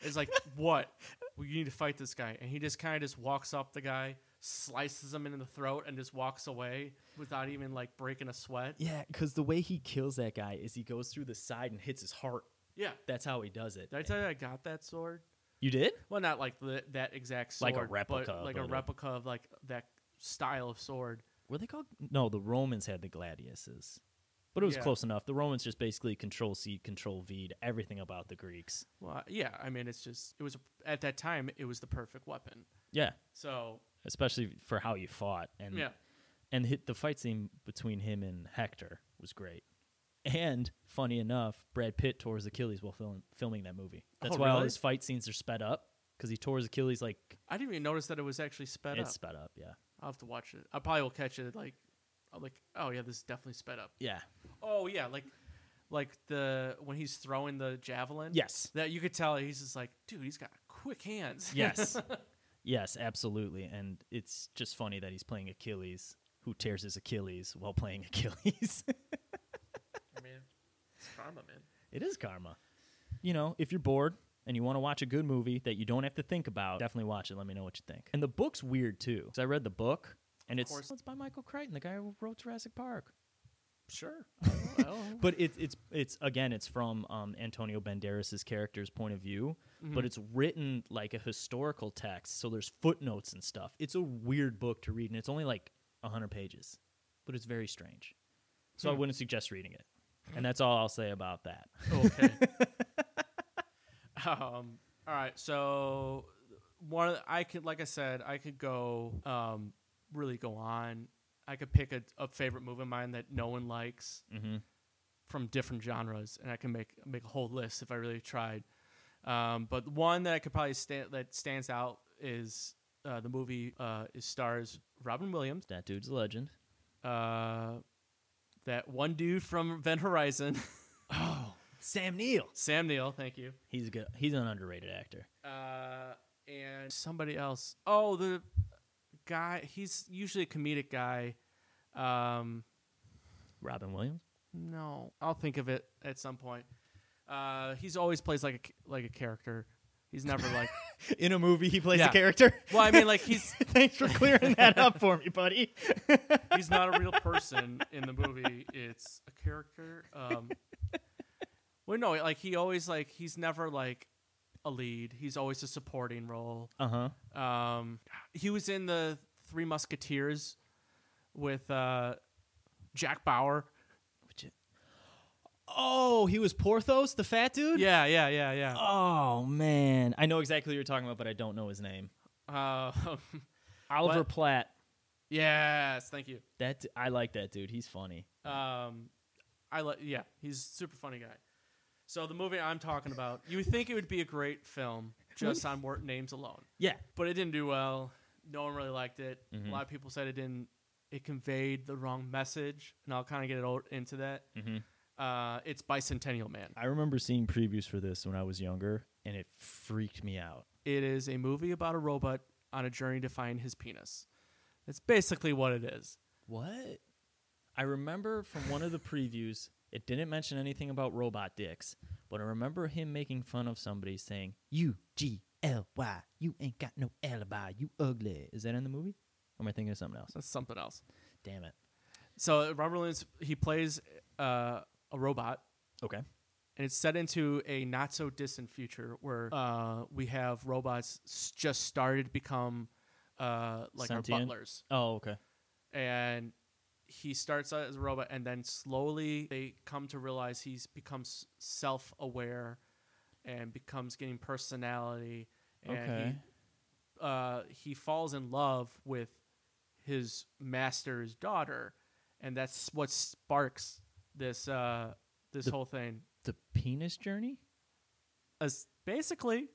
[SPEAKER 1] it's like what well, you need to fight this guy, and he just kind of just walks up the guy, slices him in the throat, and just walks away without even like breaking a sweat.
[SPEAKER 2] Yeah, because the way he kills that guy is he goes through the side and hits his heart.
[SPEAKER 1] Yeah,
[SPEAKER 2] That's how he does it.
[SPEAKER 1] did I tell you I got that sword?
[SPEAKER 2] you did?
[SPEAKER 1] Well, not like the, that exact sword,
[SPEAKER 2] Like a replica
[SPEAKER 1] but
[SPEAKER 2] of
[SPEAKER 1] like a
[SPEAKER 2] it.
[SPEAKER 1] replica of like that style of sword.
[SPEAKER 2] Were they called? No, the Romans had the gladiuses, but it was
[SPEAKER 1] Yeah.
[SPEAKER 2] close enough. The Romans just basically control C, control V, to everything about the Greeks.
[SPEAKER 1] Well, yeah, I mean, it's just it was at that time it was the perfect weapon.
[SPEAKER 2] Yeah,
[SPEAKER 1] So
[SPEAKER 2] especially for how you fought and
[SPEAKER 1] yeah,
[SPEAKER 2] and hit the fight scene between him and Hector was great. And funny enough, Brad Pitt tore his Achilles while film, filming that movie. That's
[SPEAKER 1] Oh,
[SPEAKER 2] why all
[SPEAKER 1] really?
[SPEAKER 2] his fight scenes are sped up because he tore his Achilles like
[SPEAKER 1] I didn't even notice that it was actually sped
[SPEAKER 2] it's
[SPEAKER 1] up.
[SPEAKER 2] sped up. Yeah,
[SPEAKER 1] I'll have to watch it. I probably will catch it like, I'm like oh yeah, this is definitely sped up.
[SPEAKER 2] yeah,
[SPEAKER 1] Oh yeah, like like the when he's throwing the javelin.
[SPEAKER 2] yes.
[SPEAKER 1] that you could tell he's just like, dude, he's got quick hands.
[SPEAKER 2] Yes. yes, absolutely. And it's just funny that he's playing Achilles, who tears his Achilles while playing Achilles.
[SPEAKER 1] I mean, it's karma, man.
[SPEAKER 2] it is karma. You know, if you're bored and you want to watch a good movie that you don't have to think about, definitely watch it. Let me know what you think. And the book's weird too. 'cause I read the book and
[SPEAKER 1] Of
[SPEAKER 2] it's
[SPEAKER 1] course.
[SPEAKER 2] it's by Michael Crichton, the guy who wrote Jurassic Park.
[SPEAKER 1] Sure. I don't- I don't-
[SPEAKER 2] But it's it's it's again it's from um, Antonio Banderas' character's point of view,
[SPEAKER 1] Mm-hmm.
[SPEAKER 2] but it's written like a historical text, so there's footnotes and stuff. It's a weird book to read, and it's only like hundred pages, but it's very strange. So I
[SPEAKER 1] Hmm.
[SPEAKER 2] wouldn't suggest reading it, and that's all I'll say about that.
[SPEAKER 1] okay. um, all right. So one, of the- I could, like I said, I could go, um, really go on. I could pick a, a favorite movie of mine that no one likes
[SPEAKER 2] Mm-hmm.
[SPEAKER 1] from different genres, and I can make make a whole list if I really tried. Um, but one that I could probably stand that stands out is uh, the movie uh, is stars Robin Williams,
[SPEAKER 2] That dude's a legend.
[SPEAKER 1] uh, that one dude from Event Horizon,
[SPEAKER 2] Oh, Sam Neill.
[SPEAKER 1] Sam Neill. Thank you.
[SPEAKER 2] He's a good. He's an underrated actor.
[SPEAKER 1] uh, and somebody else. Oh, the guy. He's usually a comedic guy. Um,
[SPEAKER 2] Robin Williams.
[SPEAKER 1] no, I'll think of it at some point. Uh, he's always plays like a c- like a character. He's never like.
[SPEAKER 2] In a movie, he plays
[SPEAKER 1] Yeah.
[SPEAKER 2] character.
[SPEAKER 1] Well, I mean, like he's
[SPEAKER 2] Thanks for clearing that up for me, buddy.
[SPEAKER 1] he's not a real person in the movie. It's a character. Um, well, no, like he always like he's never like a lead. He's always a supporting role.
[SPEAKER 2] Uh huh.
[SPEAKER 1] Um, he was in the Three Musketeers with uh, Jack Bauer.
[SPEAKER 2] Oh, he was Porthos, the fat dude.
[SPEAKER 1] Yeah, yeah, yeah, yeah.
[SPEAKER 2] Oh man, I know exactly what you're talking about, but I don't know his name.
[SPEAKER 1] Uh,
[SPEAKER 2] Oliver
[SPEAKER 1] What?
[SPEAKER 2] Platt.
[SPEAKER 1] yes, thank you.
[SPEAKER 2] That d- I like that dude. He's funny.
[SPEAKER 1] Um, I li- yeah, he's a super funny guy. So the movie I'm talking about, you would think it would be a great film just on word names alone,
[SPEAKER 2] Yeah.
[SPEAKER 1] but it didn't do well. No one really liked it.
[SPEAKER 2] Mhm.
[SPEAKER 1] A lot of people said it didn't. It conveyed the wrong message, and I'll kind of get o- into that.
[SPEAKER 2] Mm-hmm.
[SPEAKER 1] Uh, it's Bicentennial Man.
[SPEAKER 2] I remember seeing previews for this when I was younger, and it freaked me out.
[SPEAKER 1] It is a movie about a robot on a journey to find his penis. That's basically what it is.
[SPEAKER 2] What? I remember from one of the previews, it didn't mention anything about robot dicks, but I remember him making fun of somebody saying, U G L Y, you ain't got no alibi, you ugly. Is that in the movie? Or am I thinking of something else?
[SPEAKER 1] That's something else.
[SPEAKER 2] Damn it.
[SPEAKER 1] So Robert Williams he plays uh, a robot,
[SPEAKER 2] Okay.
[SPEAKER 1] and it's set into a not so distant future where uh, we have robots s- just started to become uh, like our
[SPEAKER 2] Sentient?
[SPEAKER 1] butlers,
[SPEAKER 2] Oh, okay.
[SPEAKER 1] and he starts out as a robot, and then slowly they come to realize he's becomes self aware, and becomes getting personality, and
[SPEAKER 2] Okay.
[SPEAKER 1] he, uh, he falls in love with his master's daughter, and that's what sparks this uh, this
[SPEAKER 2] The-
[SPEAKER 1] whole thing.
[SPEAKER 2] The penis journey?
[SPEAKER 1] as basically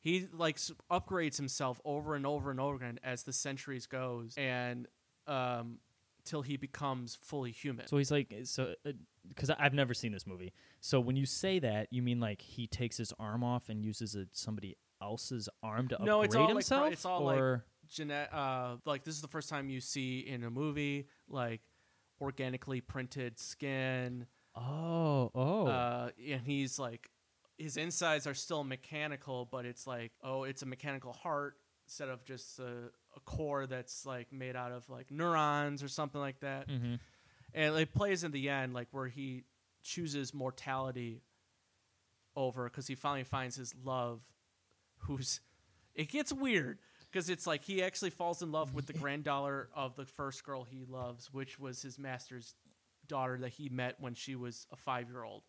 [SPEAKER 1] he like s- upgrades himself over and over and over again as the centuries goes and um till he becomes fully human
[SPEAKER 2] So he's like, so because I've never seen this movie. So when you say that, you mean like he takes his arm off and uses a, somebody else's arm to upgrade
[SPEAKER 1] No, it's all like pro-
[SPEAKER 2] himself?
[SPEAKER 1] it's all like-
[SPEAKER 2] or
[SPEAKER 1] Jeanette, uh like this is the first time you see in a movie like organically printed skin
[SPEAKER 2] oh, oh,
[SPEAKER 1] uh and he's like his insides are still mechanical but it's like oh it's a mechanical heart instead of just a, a core that's like made out of like neurons or something like that
[SPEAKER 2] mm-hmm.
[SPEAKER 1] and it plays in the end like where he chooses mortality over because he finally finds his love who's it gets weird because it's like he actually falls in love with the granddaughter of the first girl he loves which was his master's daughter that he met when she was a five-year-old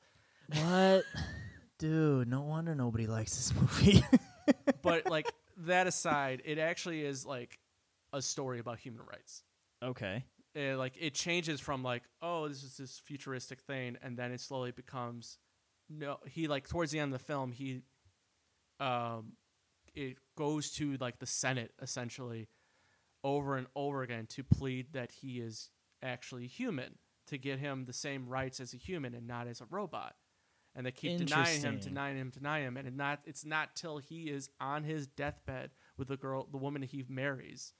[SPEAKER 2] What? Dude, no wonder nobody likes this movie.
[SPEAKER 1] but like that aside it actually is like a story about human rights
[SPEAKER 2] okay.
[SPEAKER 1] it, like it changes from like oh this is this futuristic thing and then it slowly becomes no he like towards the end of the film he um it goes to like the senate essentially over and over again to plead that he is actually human to get him the same rights as a human and not as a robot and they keep denying him
[SPEAKER 2] Interesting.
[SPEAKER 1] denying him denying him and it not it's not till he is on his deathbed with the girl the woman he marries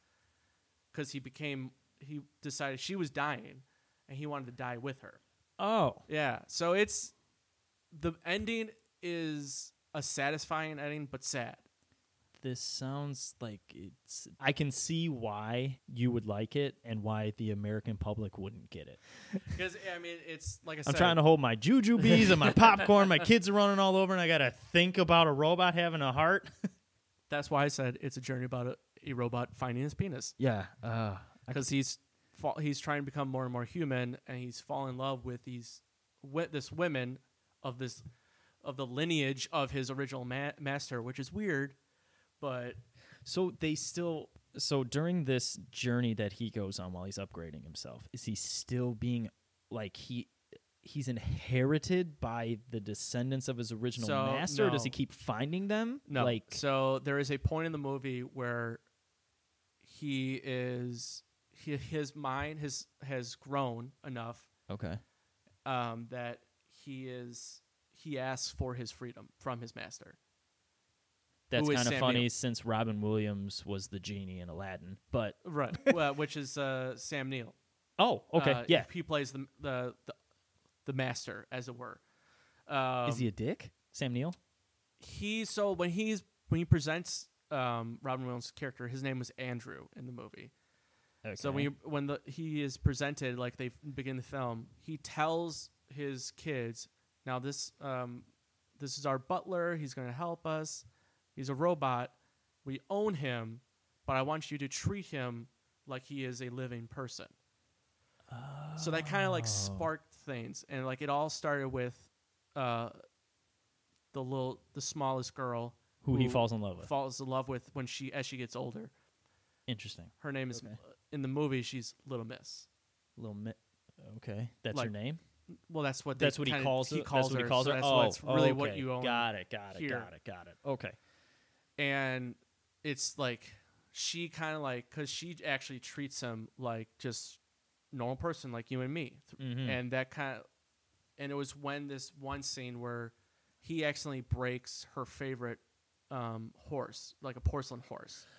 [SPEAKER 1] because he became he decided she was dying and he wanted to die with her
[SPEAKER 2] Oh.
[SPEAKER 1] yeah so it's the ending is a satisfying ending but sad
[SPEAKER 2] This sounds like it's I can see why you would like it and why the American public wouldn't get it.
[SPEAKER 1] because i mean it's like i
[SPEAKER 2] I'm
[SPEAKER 1] said
[SPEAKER 2] trying to hold my juju bees and my popcorn, my kids are running all over and I got to think about a robot having a heart.
[SPEAKER 1] that's why i said it's a journey about a, a robot finding his penis
[SPEAKER 2] Yeah. Uh
[SPEAKER 1] because he's fa- he's trying to become more and more human, and he's fallen in love with these with this women of this of the lineage of his original ma- master, which is weird, but
[SPEAKER 2] so they still so during this journey that he goes on while he's upgrading himself, is he still being like he he's inherited by the descendants of his original
[SPEAKER 1] So,
[SPEAKER 2] master? Or does he
[SPEAKER 1] no.
[SPEAKER 2] keep finding them?
[SPEAKER 1] no.
[SPEAKER 2] Like
[SPEAKER 1] so there is a point in the movie where he is he, his mind has has grown enough
[SPEAKER 2] Okay.
[SPEAKER 1] um, that he is he asks for his freedom from his master.
[SPEAKER 2] That's
[SPEAKER 1] Who is
[SPEAKER 2] kind of
[SPEAKER 1] Samuel?
[SPEAKER 2] funny since Robin Williams was the genie in Aladdin. But
[SPEAKER 1] Right, well, which is uh, Sam Neill.
[SPEAKER 2] oh, okay.
[SPEAKER 1] Uh,
[SPEAKER 2] yeah.
[SPEAKER 1] he plays the the the, the master, as it were. Um,
[SPEAKER 2] is he a dick? Sam Neill?
[SPEAKER 1] he- so when he's when he presents um, Robin Williams' character, his name was Andrew in the movie. So when you, when the he is presented, like they begin the film, he tells his kids, "Now this um, this is our butler. He's going to help us. He's a robot. We own him, but I want you to treat him like he is a living person." So that kind of
[SPEAKER 2] Oh.
[SPEAKER 1] like sparked things, and like it all started with uh, the little the smallest girl
[SPEAKER 2] who he
[SPEAKER 1] who
[SPEAKER 2] falls in love with.
[SPEAKER 1] falls in love with when she as she gets older.
[SPEAKER 2] Interesting.
[SPEAKER 1] Her name is uh,
[SPEAKER 2] Okay.
[SPEAKER 1] in the movie. She's Little Miss.
[SPEAKER 2] Little mi- Okay. That's
[SPEAKER 1] Like,
[SPEAKER 2] her name?
[SPEAKER 1] Well, that's what they
[SPEAKER 2] That's what he
[SPEAKER 1] kinda-
[SPEAKER 2] calls
[SPEAKER 1] he
[SPEAKER 2] it-
[SPEAKER 1] calls
[SPEAKER 2] that's what
[SPEAKER 1] her.
[SPEAKER 2] he calls
[SPEAKER 1] so
[SPEAKER 2] her.
[SPEAKER 1] That's
[SPEAKER 2] oh,
[SPEAKER 1] what's really what
[SPEAKER 2] okay.
[SPEAKER 1] you own.
[SPEAKER 2] Got it, got it,
[SPEAKER 1] here.
[SPEAKER 2] got it, got it. Okay.
[SPEAKER 1] And it's like she kind of like because she actually treats him like just normal person, like you and me, th-
[SPEAKER 2] Mhm.
[SPEAKER 1] and that kind of. And it was when this one scene where he accidentally breaks her favorite um, horse, like a porcelain horse.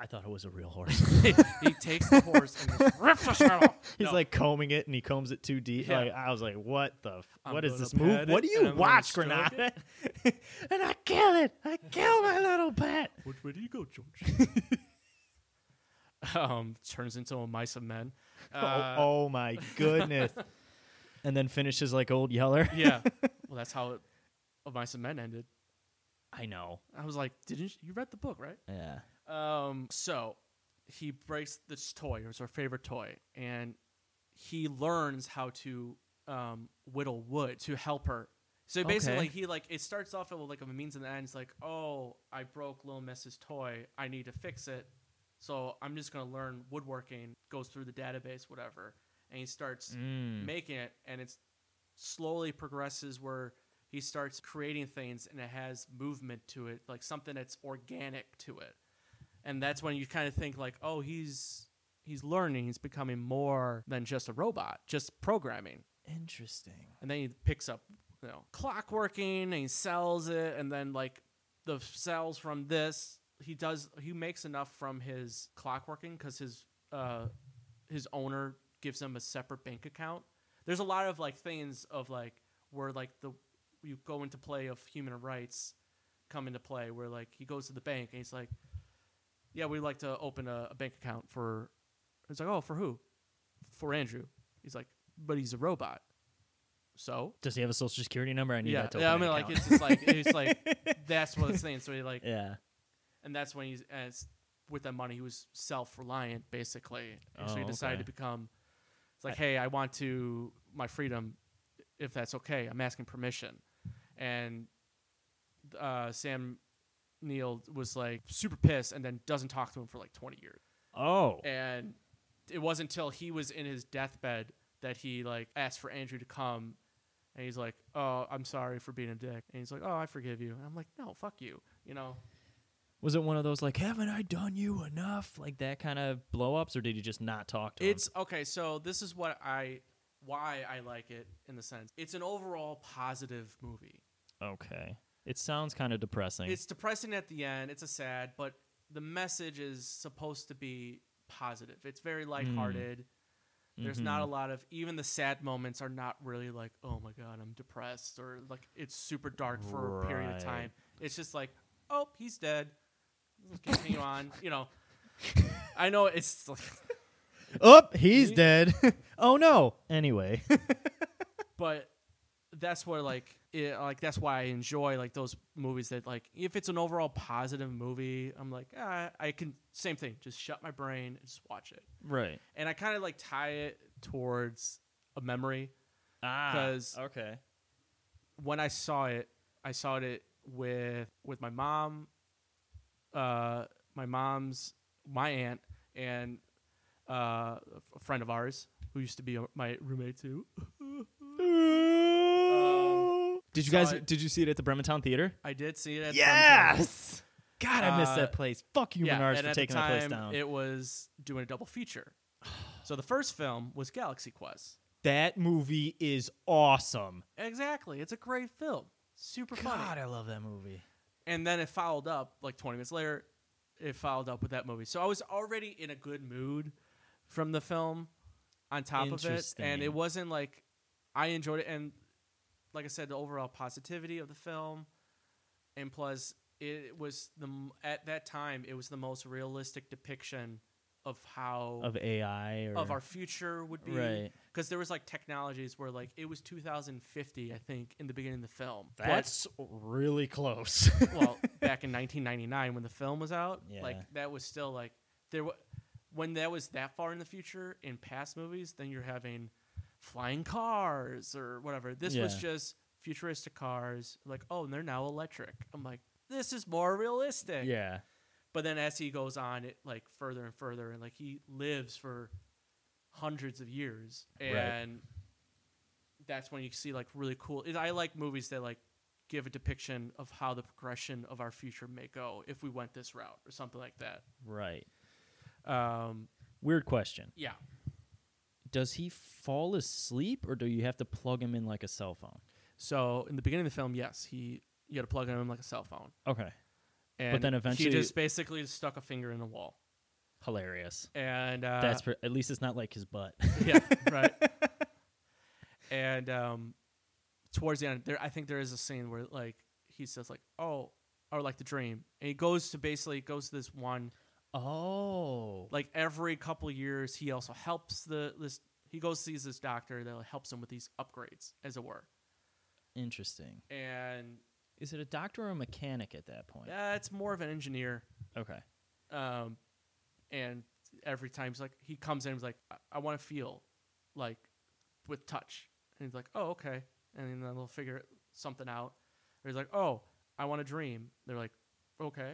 [SPEAKER 2] I thought it was a real horse.
[SPEAKER 1] he takes the horse and just rips the shirt off.
[SPEAKER 3] He's
[SPEAKER 1] No,
[SPEAKER 3] like combing it, and he combs it too deep.
[SPEAKER 1] Yeah.
[SPEAKER 3] Like, I was like, "What the? F-
[SPEAKER 1] I'm
[SPEAKER 3] what is
[SPEAKER 1] gonna
[SPEAKER 3] this
[SPEAKER 1] pet
[SPEAKER 3] move?
[SPEAKER 1] it,
[SPEAKER 3] What do
[SPEAKER 1] and
[SPEAKER 3] you
[SPEAKER 1] I'm gonna
[SPEAKER 3] watch,
[SPEAKER 1] stroke
[SPEAKER 3] Granada?" and I kill it. I kill my little pet.
[SPEAKER 1] which way do you go, George? um, turns into a mice of men. Uh,
[SPEAKER 3] oh, oh my goodness! and then finishes like old Yeller.
[SPEAKER 1] yeah. Well, that's how it, of mice and men ended.
[SPEAKER 2] I know.
[SPEAKER 1] I was like, didn't you, you read the book, right?
[SPEAKER 2] Yeah.
[SPEAKER 1] Um, so he breaks this toy, or it's our favorite toy, and he learns how to um, whittle wood to help her. So basically,
[SPEAKER 2] Okay.
[SPEAKER 1] he like it starts off with like a means and the ends. Like, oh, I broke Lil Miss's toy. I need to fix it. So I'm just gonna learn woodworking. Goes through the database, whatever, and he starts
[SPEAKER 2] Mm.
[SPEAKER 1] making it, and it's slowly progresses where he starts creating things and it has movement to it, like something that's organic to it. And that's when you kind of think like, oh, he's he's learning, he's becoming more than just a robot, just programming.
[SPEAKER 2] Interesting.
[SPEAKER 1] And then he picks up, you know, clockworking and he sells it and then like the cells from this, he does he makes enough from his clockworking cuz his uh his owner gives him a separate bank account. There's a lot of like things of like where like the you go into play of human rights come into play where like he goes to the bank and he's like, yeah, we'd like to open a, a bank account for. It's like, oh, for who? For Andrew. He's like, but he's a robot. So
[SPEAKER 2] Does he have a social security number? I need
[SPEAKER 1] yeah,
[SPEAKER 2] that to
[SPEAKER 1] yeah. I mean,
[SPEAKER 2] open an
[SPEAKER 1] like
[SPEAKER 2] account.
[SPEAKER 1] it's just like it's like that's what it's saying. So he like,
[SPEAKER 2] yeah.
[SPEAKER 1] and that's when he's as with that money, he was self reliant basically. And so he
[SPEAKER 2] Oh,
[SPEAKER 1] decided
[SPEAKER 2] okay.
[SPEAKER 1] to become. It's like, hey, I want to my freedom, if that's okay. I'm asking permission, and uh, Sam Neil was like super pissed, and then doesn't talk to him for like 20 years.
[SPEAKER 2] Oh.
[SPEAKER 1] And it wasn't until he was in his deathbed that he like asked for Andrew to come. And he's like, "Oh, I'm sorry for being a dick." And he's like, "Oh, I forgive you." And I'm like, "No, fuck you." You know,
[SPEAKER 2] Was it one of those like, haven't I done you enough? Like that kind of blow ups, or did you just not talk to
[SPEAKER 1] it's okay. So this is what I, why I like it in the sense it's an overall positive movie.
[SPEAKER 2] him? Okay. It sounds kind of depressing.
[SPEAKER 1] It's depressing at the end. It's a sad, but the message is supposed to be positive. It's very lighthearted. There's not a lot of even the sad moments are not really like, oh my god, I'm depressed or like it's super dark for a period of time. It's just like, oh, he's dead. Let's Continue on, you know. I know it's like,
[SPEAKER 3] Oh, he's dead. oh no. Anyway,
[SPEAKER 1] but that's where like it, like that's why I enjoy like those movies that like if it's an overall positive movie, I'm like ah, I can same thing, just shut my brain and just watch it.
[SPEAKER 2] right.
[SPEAKER 1] And I kind of like tie it towards a memory
[SPEAKER 2] Ah.
[SPEAKER 1] 'Cause-
[SPEAKER 2] Okay.
[SPEAKER 1] when I saw it, I saw it with with my mom, uh, my mom's my aunt, and uh, a f- friend of ours who used to be uh, my roommate too. Um,
[SPEAKER 2] Did you
[SPEAKER 1] so
[SPEAKER 2] guys?
[SPEAKER 1] I-
[SPEAKER 2] did you see Uh, it at the Bremerton Theater?
[SPEAKER 1] I did see it. At Some point.
[SPEAKER 2] Yes. God, I miss
[SPEAKER 1] Uh,
[SPEAKER 2] that place. Fuck you,
[SPEAKER 1] yeah,
[SPEAKER 2] Menards,
[SPEAKER 1] and
[SPEAKER 2] for
[SPEAKER 1] at the
[SPEAKER 2] taking that place
[SPEAKER 1] time,
[SPEAKER 2] down.
[SPEAKER 1] It was doing a double feature. So the first film was Galaxy Quest.
[SPEAKER 3] that movie is awesome.
[SPEAKER 1] Exactly, it's a great film, super funny.
[SPEAKER 2] I love that movie.
[SPEAKER 1] and then it followed up like 20 minutes later it followed up with that movie so i was already in a good mood from the film on top of it and it
[SPEAKER 2] Interesting.
[SPEAKER 1] wasn't like i enjoyed it and like i said the overall positivity of the film and plus it was the m- at that time it was the most realistic depiction of how
[SPEAKER 2] Of AI or
[SPEAKER 1] of our future would be
[SPEAKER 2] right.
[SPEAKER 1] because there was like technologies where like it was 2050 i think in the beginning of the film But-
[SPEAKER 3] That's really close.
[SPEAKER 1] well, back in 1999 when the film was out, like
[SPEAKER 2] Yeah.
[SPEAKER 1] that was still like there. W- when that was that far in the future in past movies, then you're having flying cars or whatever. This was
[SPEAKER 2] Yeah.
[SPEAKER 1] just futuristic cars. Like, oh, and they're now electric. I'm like, this is more realistic.
[SPEAKER 2] Yeah.
[SPEAKER 1] But then as he goes on, it like further and further, and like he lives for hundreds of years,
[SPEAKER 2] Right.
[SPEAKER 1] and that's when you see like really cool. and I like movies that like give a depiction of how the progression of our future may go if we went this route or something like that.
[SPEAKER 2] Right.
[SPEAKER 1] Um,
[SPEAKER 2] Weird question.
[SPEAKER 1] yeah,
[SPEAKER 2] Does he fall asleep, or do you have to plug him in like a cell phone?
[SPEAKER 1] So in the beginning of the film, yes, he You got to plug it in like a cell phone.
[SPEAKER 2] Okay.
[SPEAKER 1] And
[SPEAKER 2] then
[SPEAKER 1] he
[SPEAKER 2] eventually-
[SPEAKER 1] just basically stuck a finger in the wall.
[SPEAKER 2] Hilarious.
[SPEAKER 1] And uh,
[SPEAKER 2] That's pre- at least it's not like his butt.
[SPEAKER 1] yeah, right. and um, towards the end, there I think there is a scene where like he says like, "Oh, or like the dream," and he goes to basically goes to this one
[SPEAKER 2] oh.
[SPEAKER 1] like every couple years he also helps the this he goes sees this doctor that helps him with these upgrades as it were,
[SPEAKER 2] Interesting.
[SPEAKER 1] and
[SPEAKER 2] Is it a doctor or a mechanic at that point?
[SPEAKER 1] that's more of an engineer.
[SPEAKER 2] Okay.
[SPEAKER 1] Um, and every time he's like he comes in, he's like, "I, I want to feel like with touch," and he's like, "Oh, okay," and then they'll figure something out. Or he's like, "Oh, I want to dream." They're like, "Okay,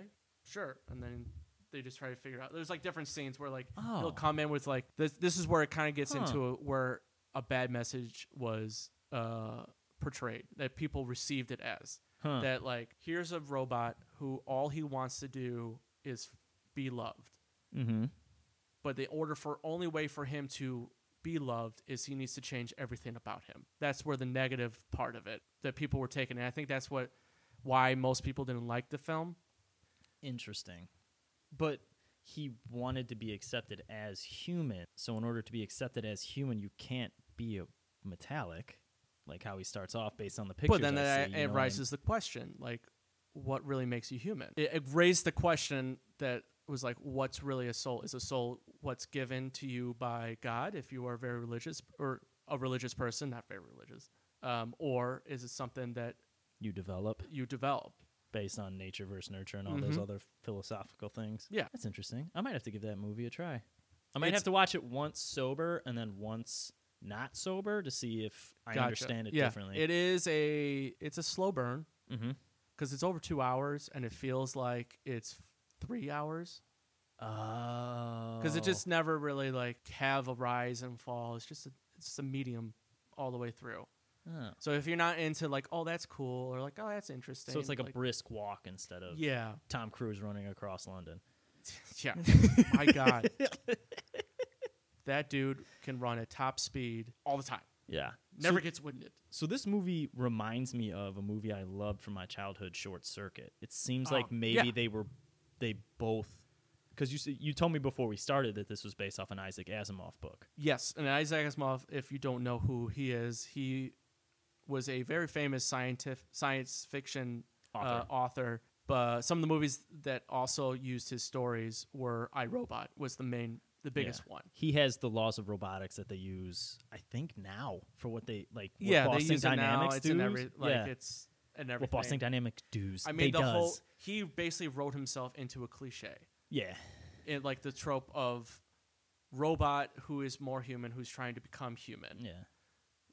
[SPEAKER 1] sure," and then they just try to figure out. There's like different scenes where like
[SPEAKER 2] Oh.
[SPEAKER 1] he'll come in with like this. This is where it kind of gets
[SPEAKER 2] Huh.
[SPEAKER 1] into a, where a bad message was uh, portrayed that people received it as
[SPEAKER 2] Huh.
[SPEAKER 1] that like here's a robot who all he wants to do is be loved
[SPEAKER 2] mm-hmm.
[SPEAKER 1] but the order for only way for him to be loved is he needs to change everything about him that's where the negative part of it that people were taking and i think that's what why most people didn't like the film
[SPEAKER 2] Interesting. But he wanted to be accepted as human. So in order to be accepted as human, you can't be a metallic, like how he starts off based on the pictures.
[SPEAKER 1] but then
[SPEAKER 2] I
[SPEAKER 1] that,
[SPEAKER 2] see, you know
[SPEAKER 1] it
[SPEAKER 2] what I
[SPEAKER 1] raises the question like what really makes you human it, it raised the question that was like what's really a soul is a soul what's given to you by god if you are very religious or a religious person not very religious um, or is it something that
[SPEAKER 2] mean? you develop
[SPEAKER 1] you develop
[SPEAKER 2] based on nature versus nurture and all those
[SPEAKER 1] Mhm.
[SPEAKER 2] other philosophical things.
[SPEAKER 1] Yeah.
[SPEAKER 2] That's interesting. I might have to give that movie a try. I might
[SPEAKER 1] It's-
[SPEAKER 2] have to watch it once sober and then once not sober to see if I
[SPEAKER 1] Gotcha.
[SPEAKER 2] understand it
[SPEAKER 1] Yeah.
[SPEAKER 2] differently.
[SPEAKER 1] it is a it's a slow burn
[SPEAKER 2] mm-hmm.
[SPEAKER 1] because it's over two hours and it feels like it's three hours
[SPEAKER 2] Oh.
[SPEAKER 1] because it just never really like have a rise and fall it's just a, it's just a medium all the way through
[SPEAKER 2] Oh.
[SPEAKER 1] So if you're not into like, oh, that's cool, or like, oh, that's interesting.
[SPEAKER 2] So it's like a brisk walk instead of
[SPEAKER 1] yeah,
[SPEAKER 2] Tom Cruise running across London.
[SPEAKER 1] yeah. My God, that dude can run at top speed all the time.
[SPEAKER 2] Yeah.
[SPEAKER 1] Never
[SPEAKER 2] So,
[SPEAKER 1] gets winded.
[SPEAKER 2] so this movie reminds me of a movie I loved from my childhood, Short Circuit. It seems
[SPEAKER 1] Oh,
[SPEAKER 2] like maybe
[SPEAKER 1] yeah.
[SPEAKER 2] they were, they both, because you s- you told me before we started that this was based off an Isaac Asimov book.
[SPEAKER 1] Yes, and Isaac Asimov. If you don't know who he is, he was a very famous scientific science fiction
[SPEAKER 2] Author.
[SPEAKER 1] Uh, author. But some of the movies that also used his stories were I Robot was the main, the biggest
[SPEAKER 2] Yeah.
[SPEAKER 1] one.
[SPEAKER 2] He has the laws of robotics that they use, I think, now for what they like. What
[SPEAKER 1] yeah,
[SPEAKER 2] Boston
[SPEAKER 1] they use it now.
[SPEAKER 2] Dynamics
[SPEAKER 1] It's in
[SPEAKER 2] does.
[SPEAKER 1] every, like
[SPEAKER 2] yeah.
[SPEAKER 1] it's in everything.
[SPEAKER 2] what Boston Dynamics does.
[SPEAKER 1] I mean,
[SPEAKER 2] they
[SPEAKER 1] the
[SPEAKER 2] does.
[SPEAKER 1] whole he basically wrote himself into a cliche,
[SPEAKER 2] yeah.
[SPEAKER 1] in like the trope of robot who is more human, who's trying to become human.
[SPEAKER 2] Yeah.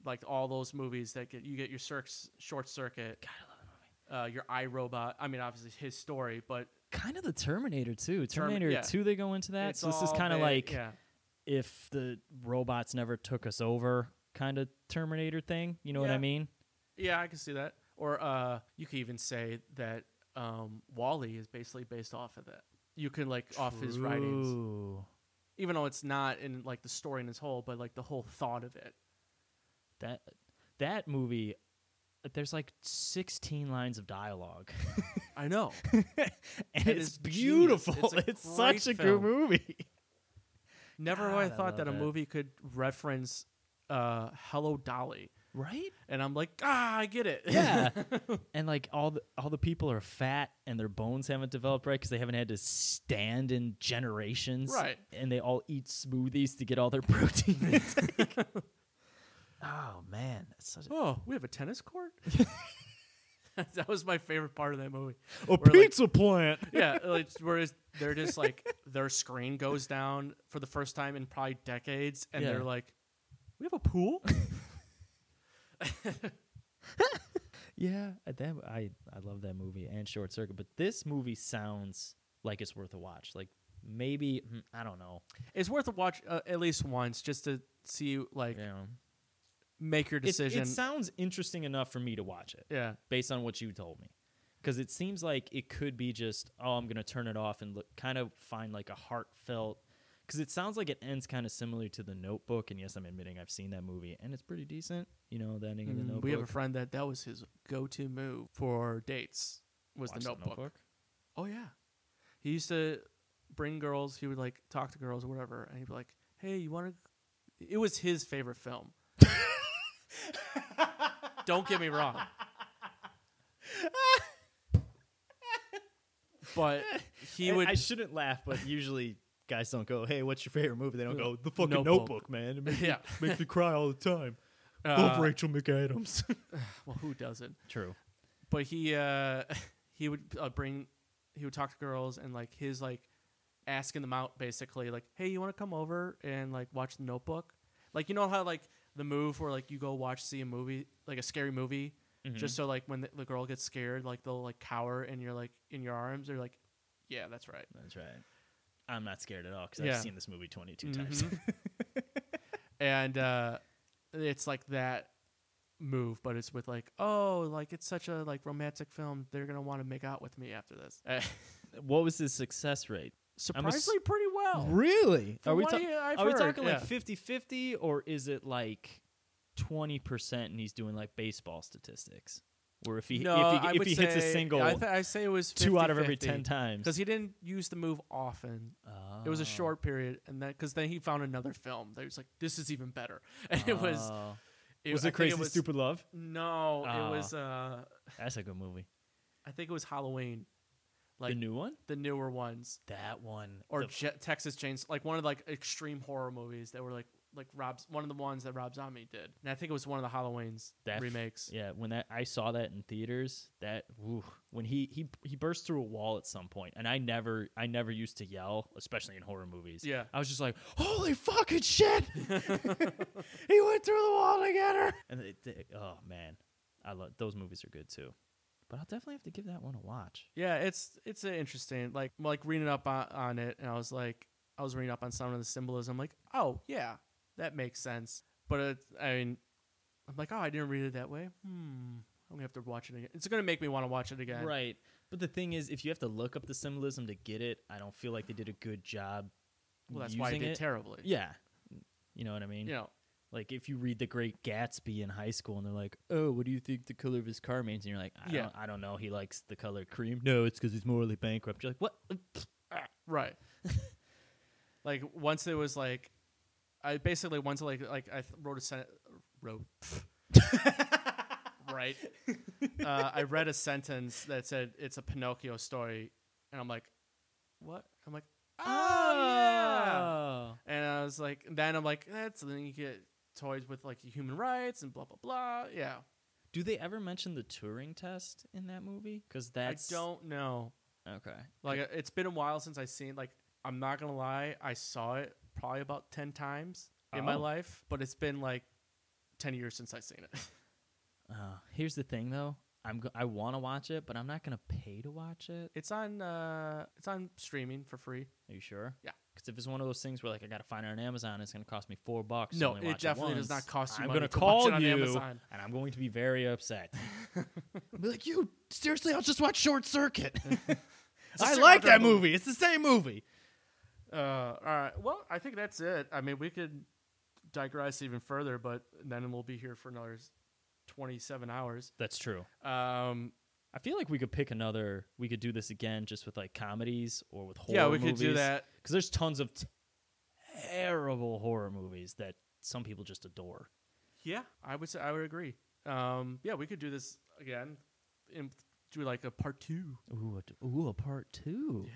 [SPEAKER 1] Like all those movies that get you get your cir- short circuit,
[SPEAKER 2] God, I love that movie.
[SPEAKER 1] uh, your iRobot. I mean, obviously his story, but
[SPEAKER 2] kind of the Terminator too.
[SPEAKER 1] Termi-
[SPEAKER 2] Terminator
[SPEAKER 1] yeah.
[SPEAKER 2] two, they go into that.
[SPEAKER 1] it's
[SPEAKER 2] So this is
[SPEAKER 1] all
[SPEAKER 2] kind of
[SPEAKER 1] ba-
[SPEAKER 2] like
[SPEAKER 1] yeah,
[SPEAKER 2] if the robots never took us over, kind of Terminator thing. You know what I
[SPEAKER 1] Yeah.
[SPEAKER 2] mean?
[SPEAKER 1] yeah, I can see that. Or uh, you could even say that um, Wally is basically based off of that. You can like off his writings,
[SPEAKER 2] True.
[SPEAKER 1] even though it's not in like the story in its whole, but like the whole thought of it.
[SPEAKER 2] That that movie. There's like 16 lines of dialogue,
[SPEAKER 1] I know.
[SPEAKER 2] and
[SPEAKER 1] It
[SPEAKER 2] it's
[SPEAKER 1] is genius.
[SPEAKER 2] beautiful.
[SPEAKER 1] It's a
[SPEAKER 2] It's, such a
[SPEAKER 1] great film.
[SPEAKER 2] good movie.
[SPEAKER 1] Never would I
[SPEAKER 2] God, I
[SPEAKER 1] thought that a
[SPEAKER 2] love it.
[SPEAKER 1] movie could reference uh, Hello Dolly.
[SPEAKER 2] Right?
[SPEAKER 1] And I'm like, ah, I get it.
[SPEAKER 2] Yeah. and like all the all the people are fat and their bones haven't developed right because they haven't had to stand in generations.
[SPEAKER 1] Right.
[SPEAKER 2] And they all eat smoothies to get all their protein. intake. oh man, that's such a,
[SPEAKER 1] oh, we have a tennis court? that was my favorite part of that movie.
[SPEAKER 2] a
[SPEAKER 1] like-
[SPEAKER 2] pizza plant.
[SPEAKER 1] Yeah, like, whereas they're just like, their screen goes down for the first time in probably decades, and
[SPEAKER 2] Yeah.
[SPEAKER 1] they're like, we have a pool?
[SPEAKER 2] Yeah, I- that I I love that movie and Short Circuit, but this movie sounds like it's worth a watch. Like maybe mm, I don't know.
[SPEAKER 1] it's worth a watch uh, at least once just to see, like,
[SPEAKER 2] Yeah.
[SPEAKER 1] make your
[SPEAKER 2] It,
[SPEAKER 1] decision.
[SPEAKER 2] it sounds interesting enough for me to watch it.
[SPEAKER 1] yeah.
[SPEAKER 2] based on what you told me because it seems like it could be just oh i'm going to turn it off and look, kind of find like a heartfelt because it sounds like it ends kind of similar to The Notebook. And yes, I'm admitting I've seen that movie, and it's pretty decent. You know, the ending of The
[SPEAKER 1] Mm,
[SPEAKER 2] Notebook.
[SPEAKER 1] we have a friend that that was his go-to move for dates was
[SPEAKER 2] Watch
[SPEAKER 1] the notebook. Oh yeah, he used to bring girls. He would like talk to girls or whatever, and he'd be like, "Hey, you want to?" It was his favorite film. Don't get me wrong. But he
[SPEAKER 2] I-
[SPEAKER 1] would.
[SPEAKER 2] I shouldn't laugh, but usually guys don't go, "Hey, what's your favorite movie?" They don't go, "The fucking
[SPEAKER 1] Uh, Notebook.
[SPEAKER 2] Notebook, man." It makes,
[SPEAKER 1] yeah.
[SPEAKER 2] me, makes me cry all the time.
[SPEAKER 1] uh,
[SPEAKER 2] Love Rachel McAdams.
[SPEAKER 1] well, who doesn't?
[SPEAKER 2] True.
[SPEAKER 1] but he uh he would uh, bring he would talk to girls and like his like asking them out basically like hey you want to come over and like watch the notebook like you know how like the move where like you go watch see a movie like a scary movie
[SPEAKER 2] Mm-hmm.
[SPEAKER 1] just so like when the, the girl gets scared like they'll like cower and you're like in your arms they're like yeah that's right
[SPEAKER 2] That's right. I'm not scared at all because
[SPEAKER 1] Yeah.
[SPEAKER 2] I've seen this movie 22 times.
[SPEAKER 1] Mhm. and uh it's like that move but it's with like oh like it's such a like romantic film they're gonna want to make out with me after this Uh,
[SPEAKER 2] what was his success rate? I'm ass-
[SPEAKER 1] surprisingly pretty
[SPEAKER 2] Oh.
[SPEAKER 1] well.
[SPEAKER 3] Really?
[SPEAKER 1] From
[SPEAKER 2] Are we
[SPEAKER 1] what
[SPEAKER 2] ta-
[SPEAKER 1] I- I've
[SPEAKER 2] Are we
[SPEAKER 1] heard,
[SPEAKER 2] talking
[SPEAKER 1] yeah.
[SPEAKER 2] like 50 50 or is it like 20% and he's doing like baseball statistics? Where if he,
[SPEAKER 1] No,
[SPEAKER 2] if
[SPEAKER 1] I
[SPEAKER 2] he, if
[SPEAKER 1] would
[SPEAKER 2] he hits a
[SPEAKER 1] say-
[SPEAKER 2] single
[SPEAKER 1] I, th- I say it was
[SPEAKER 2] two out of every
[SPEAKER 1] 50-50,
[SPEAKER 2] 10 times,
[SPEAKER 1] because he didn't use the move often. It was a
[SPEAKER 2] Oh.
[SPEAKER 1] short period, and then because then he found another film that was like this is even better, and it was
[SPEAKER 2] Oh.
[SPEAKER 1] it
[SPEAKER 2] was
[SPEAKER 1] I
[SPEAKER 2] it
[SPEAKER 1] think
[SPEAKER 2] Crazy
[SPEAKER 1] was-
[SPEAKER 2] Stupid Love?
[SPEAKER 1] No,
[SPEAKER 2] Ah.
[SPEAKER 1] it was uh,
[SPEAKER 2] That's a good movie.
[SPEAKER 1] I think it was Halloween, like
[SPEAKER 2] the new one?
[SPEAKER 1] the newer ones
[SPEAKER 2] That one.
[SPEAKER 1] or
[SPEAKER 2] the-
[SPEAKER 1] Je- Texas Chains, like one of like extreme horror movies that were like like Rob's one of the ones that Rob Zombie did, and I think it was one of the Halloween's
[SPEAKER 2] That f-
[SPEAKER 1] remakes.
[SPEAKER 2] yeah, when that I saw that in theaters, that woo, when he he he burst through a wall at some point, and I never I never used to yell, especially in horror movies.
[SPEAKER 1] Yeah.
[SPEAKER 2] I was just like, "Holy fucking shit!" he went through the wall to get her. And it, it- oh man, I love those movies are good too, but I'll definitely have to give that one a watch.
[SPEAKER 1] Yeah, it's it's a interesting. Like like reading up on, on it, and I was like, I was reading up on some of the symbolism. like, oh yeah, that makes sense. But it, I mean, I'm like, oh, I didn't read it that way. Hmm, I'm gonna have to watch it again. It's gonna make me want to watch it again.
[SPEAKER 2] Right, but the thing is, if you have to look up the symbolism to get it, I don't feel like they did a good job.
[SPEAKER 1] Well, that's
[SPEAKER 2] using
[SPEAKER 1] why I did
[SPEAKER 2] it.
[SPEAKER 1] terribly.
[SPEAKER 2] Yeah, you know what I mean.
[SPEAKER 1] You know.
[SPEAKER 2] Like if you read The Great Gatsby in high school and they're like, "Oh, what do you think the color of his car means?" and you're like, "I,
[SPEAKER 1] Yeah.
[SPEAKER 2] don't, I don't know. He likes the color cream. No, it's because he's morally bankrupt." You're like, "What?"
[SPEAKER 1] Right. like once it was like, I basically once like like I th- wrote a sen- wrote. right. Uh, I read a sentence that said it's a Pinocchio story, and I'm like, what? I'm like, oh, yeah. And I was like, then I'm like, that's then you get toys with like human rights and blah blah blah. Yeah.
[SPEAKER 2] Do they ever mention the Turing test in that movie? Because that's
[SPEAKER 1] I don't know.
[SPEAKER 2] okay.
[SPEAKER 1] Like uh, it's been a while since I seen like I'm not gonna lie, I saw it probably about ten times in my
[SPEAKER 2] Oh.
[SPEAKER 1] life, but it's been like ten years since I seen it.
[SPEAKER 2] Uh, here's the thing, though. I'm go- I want to watch it, but I'm not gonna pay to watch it.
[SPEAKER 1] It's on uh it's on streaming for free.
[SPEAKER 2] Are you sure?
[SPEAKER 1] Yeah.
[SPEAKER 2] Because if it's one of those things where like I gotta find it on Amazon, it's gonna cost me four bucks. to
[SPEAKER 1] No,
[SPEAKER 2] only
[SPEAKER 1] it
[SPEAKER 2] watch
[SPEAKER 1] definitely
[SPEAKER 2] once.
[SPEAKER 1] does not cost you
[SPEAKER 2] I'm
[SPEAKER 1] money
[SPEAKER 2] gonna
[SPEAKER 1] to watch
[SPEAKER 2] call
[SPEAKER 1] it on
[SPEAKER 2] you,
[SPEAKER 1] Amazon.
[SPEAKER 2] and I'm going to be very upset. I'll be like, you seriously? I'll just watch Short Circuit.
[SPEAKER 1] a
[SPEAKER 2] I
[SPEAKER 1] serial
[SPEAKER 2] like
[SPEAKER 1] killer
[SPEAKER 2] that movie. It's the same movie.
[SPEAKER 1] Uh all right. Well, I think that's it. I mean we could digress even further, but then we'll be here for another twenty seven hours.
[SPEAKER 2] That's true.
[SPEAKER 1] Um
[SPEAKER 2] I feel like we could pick another. We could do this again, just with like comedies or with horror.
[SPEAKER 1] yeah, we could do
[SPEAKER 2] movies.
[SPEAKER 1] that.
[SPEAKER 2] because there's tons of terrible horror movies that some people just adore.
[SPEAKER 1] Yeah, I would say I would agree. Um, yeah, we could do this again, and do like a part two.
[SPEAKER 2] Ooh, a, ooh, a part two.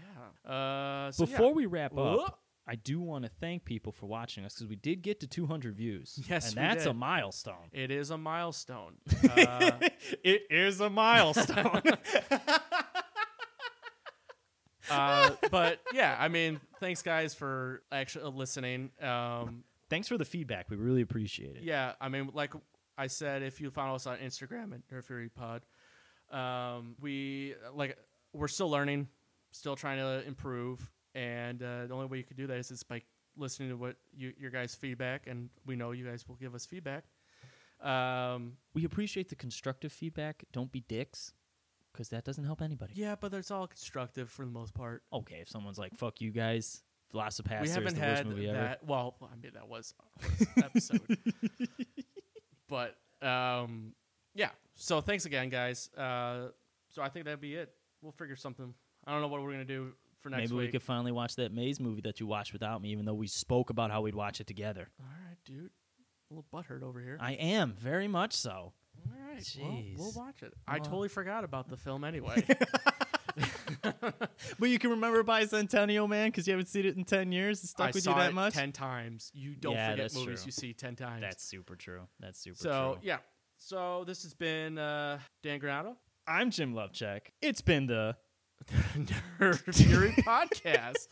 [SPEAKER 1] Yeah. Uh, so
[SPEAKER 2] Before
[SPEAKER 1] yeah.
[SPEAKER 2] we wrap
[SPEAKER 1] Whoa.
[SPEAKER 2] up, I do want to thank people for watching us because we did get to 200 views.
[SPEAKER 1] Yes,
[SPEAKER 2] and
[SPEAKER 1] we
[SPEAKER 2] that's a
[SPEAKER 1] did.
[SPEAKER 2] milestone.
[SPEAKER 1] it is a milestone. Uh,
[SPEAKER 2] it is a milestone.
[SPEAKER 1] uh, but yeah, I mean, thanks guys for actually uh, listening. Um,
[SPEAKER 2] Thanks for the feedback. We really appreciate it.
[SPEAKER 1] yeah, I mean, like I said, if you follow us on Instagram at Nerd Fury Pod, um, we like we're still learning, still trying to improve, and uh, the only way you could do that is just by listening to what you, your guys' feedback, and we know you guys will give us feedback. Um,
[SPEAKER 2] We appreciate the constructive feedback. Don't be dicks because that doesn't help anybody.
[SPEAKER 1] yeah, but it's all constructive for the most part.
[SPEAKER 2] Okay, if someone's like, fuck you guys, Velocipaster
[SPEAKER 1] we
[SPEAKER 2] is
[SPEAKER 1] haven't
[SPEAKER 2] the
[SPEAKER 1] had
[SPEAKER 2] worst movie ever.
[SPEAKER 1] that. Well, I mean that was our worst episode, but um, yeah. So thanks again, guys. Uh, so I think that'd be it. We'll figure something. I don't know what we're gonna do for next
[SPEAKER 2] Maybe
[SPEAKER 1] week.
[SPEAKER 2] we could finally watch that Maze movie that you watched without me, even though we spoke about how we'd watch it together.
[SPEAKER 1] All right, dude. A little butthurt over here.
[SPEAKER 2] I am very much
[SPEAKER 1] All
[SPEAKER 2] so.
[SPEAKER 1] right, well, we'll
[SPEAKER 2] Jeez.
[SPEAKER 1] watch it. I
[SPEAKER 2] Wow.
[SPEAKER 1] totally forgot about the film anyway.
[SPEAKER 2] But you can remember Bicentennial Man because you haven't seen it in ten years. It stuck
[SPEAKER 1] I
[SPEAKER 2] with
[SPEAKER 1] saw
[SPEAKER 2] you that
[SPEAKER 1] it
[SPEAKER 2] much.
[SPEAKER 1] ten times. You don't
[SPEAKER 2] Yeah,
[SPEAKER 1] forget
[SPEAKER 2] that's
[SPEAKER 1] movies
[SPEAKER 2] true.
[SPEAKER 1] you see ten times.
[SPEAKER 2] That's super true. That's super
[SPEAKER 1] so
[SPEAKER 2] true.
[SPEAKER 1] yeah. So this has been uh, Dan Granato,
[SPEAKER 2] I'm Jim Lovecheck. It's been the.
[SPEAKER 1] Nerd Fury podcast.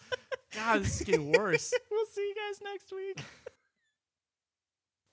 [SPEAKER 1] God, this is getting worse.
[SPEAKER 2] We'll see you guys next week.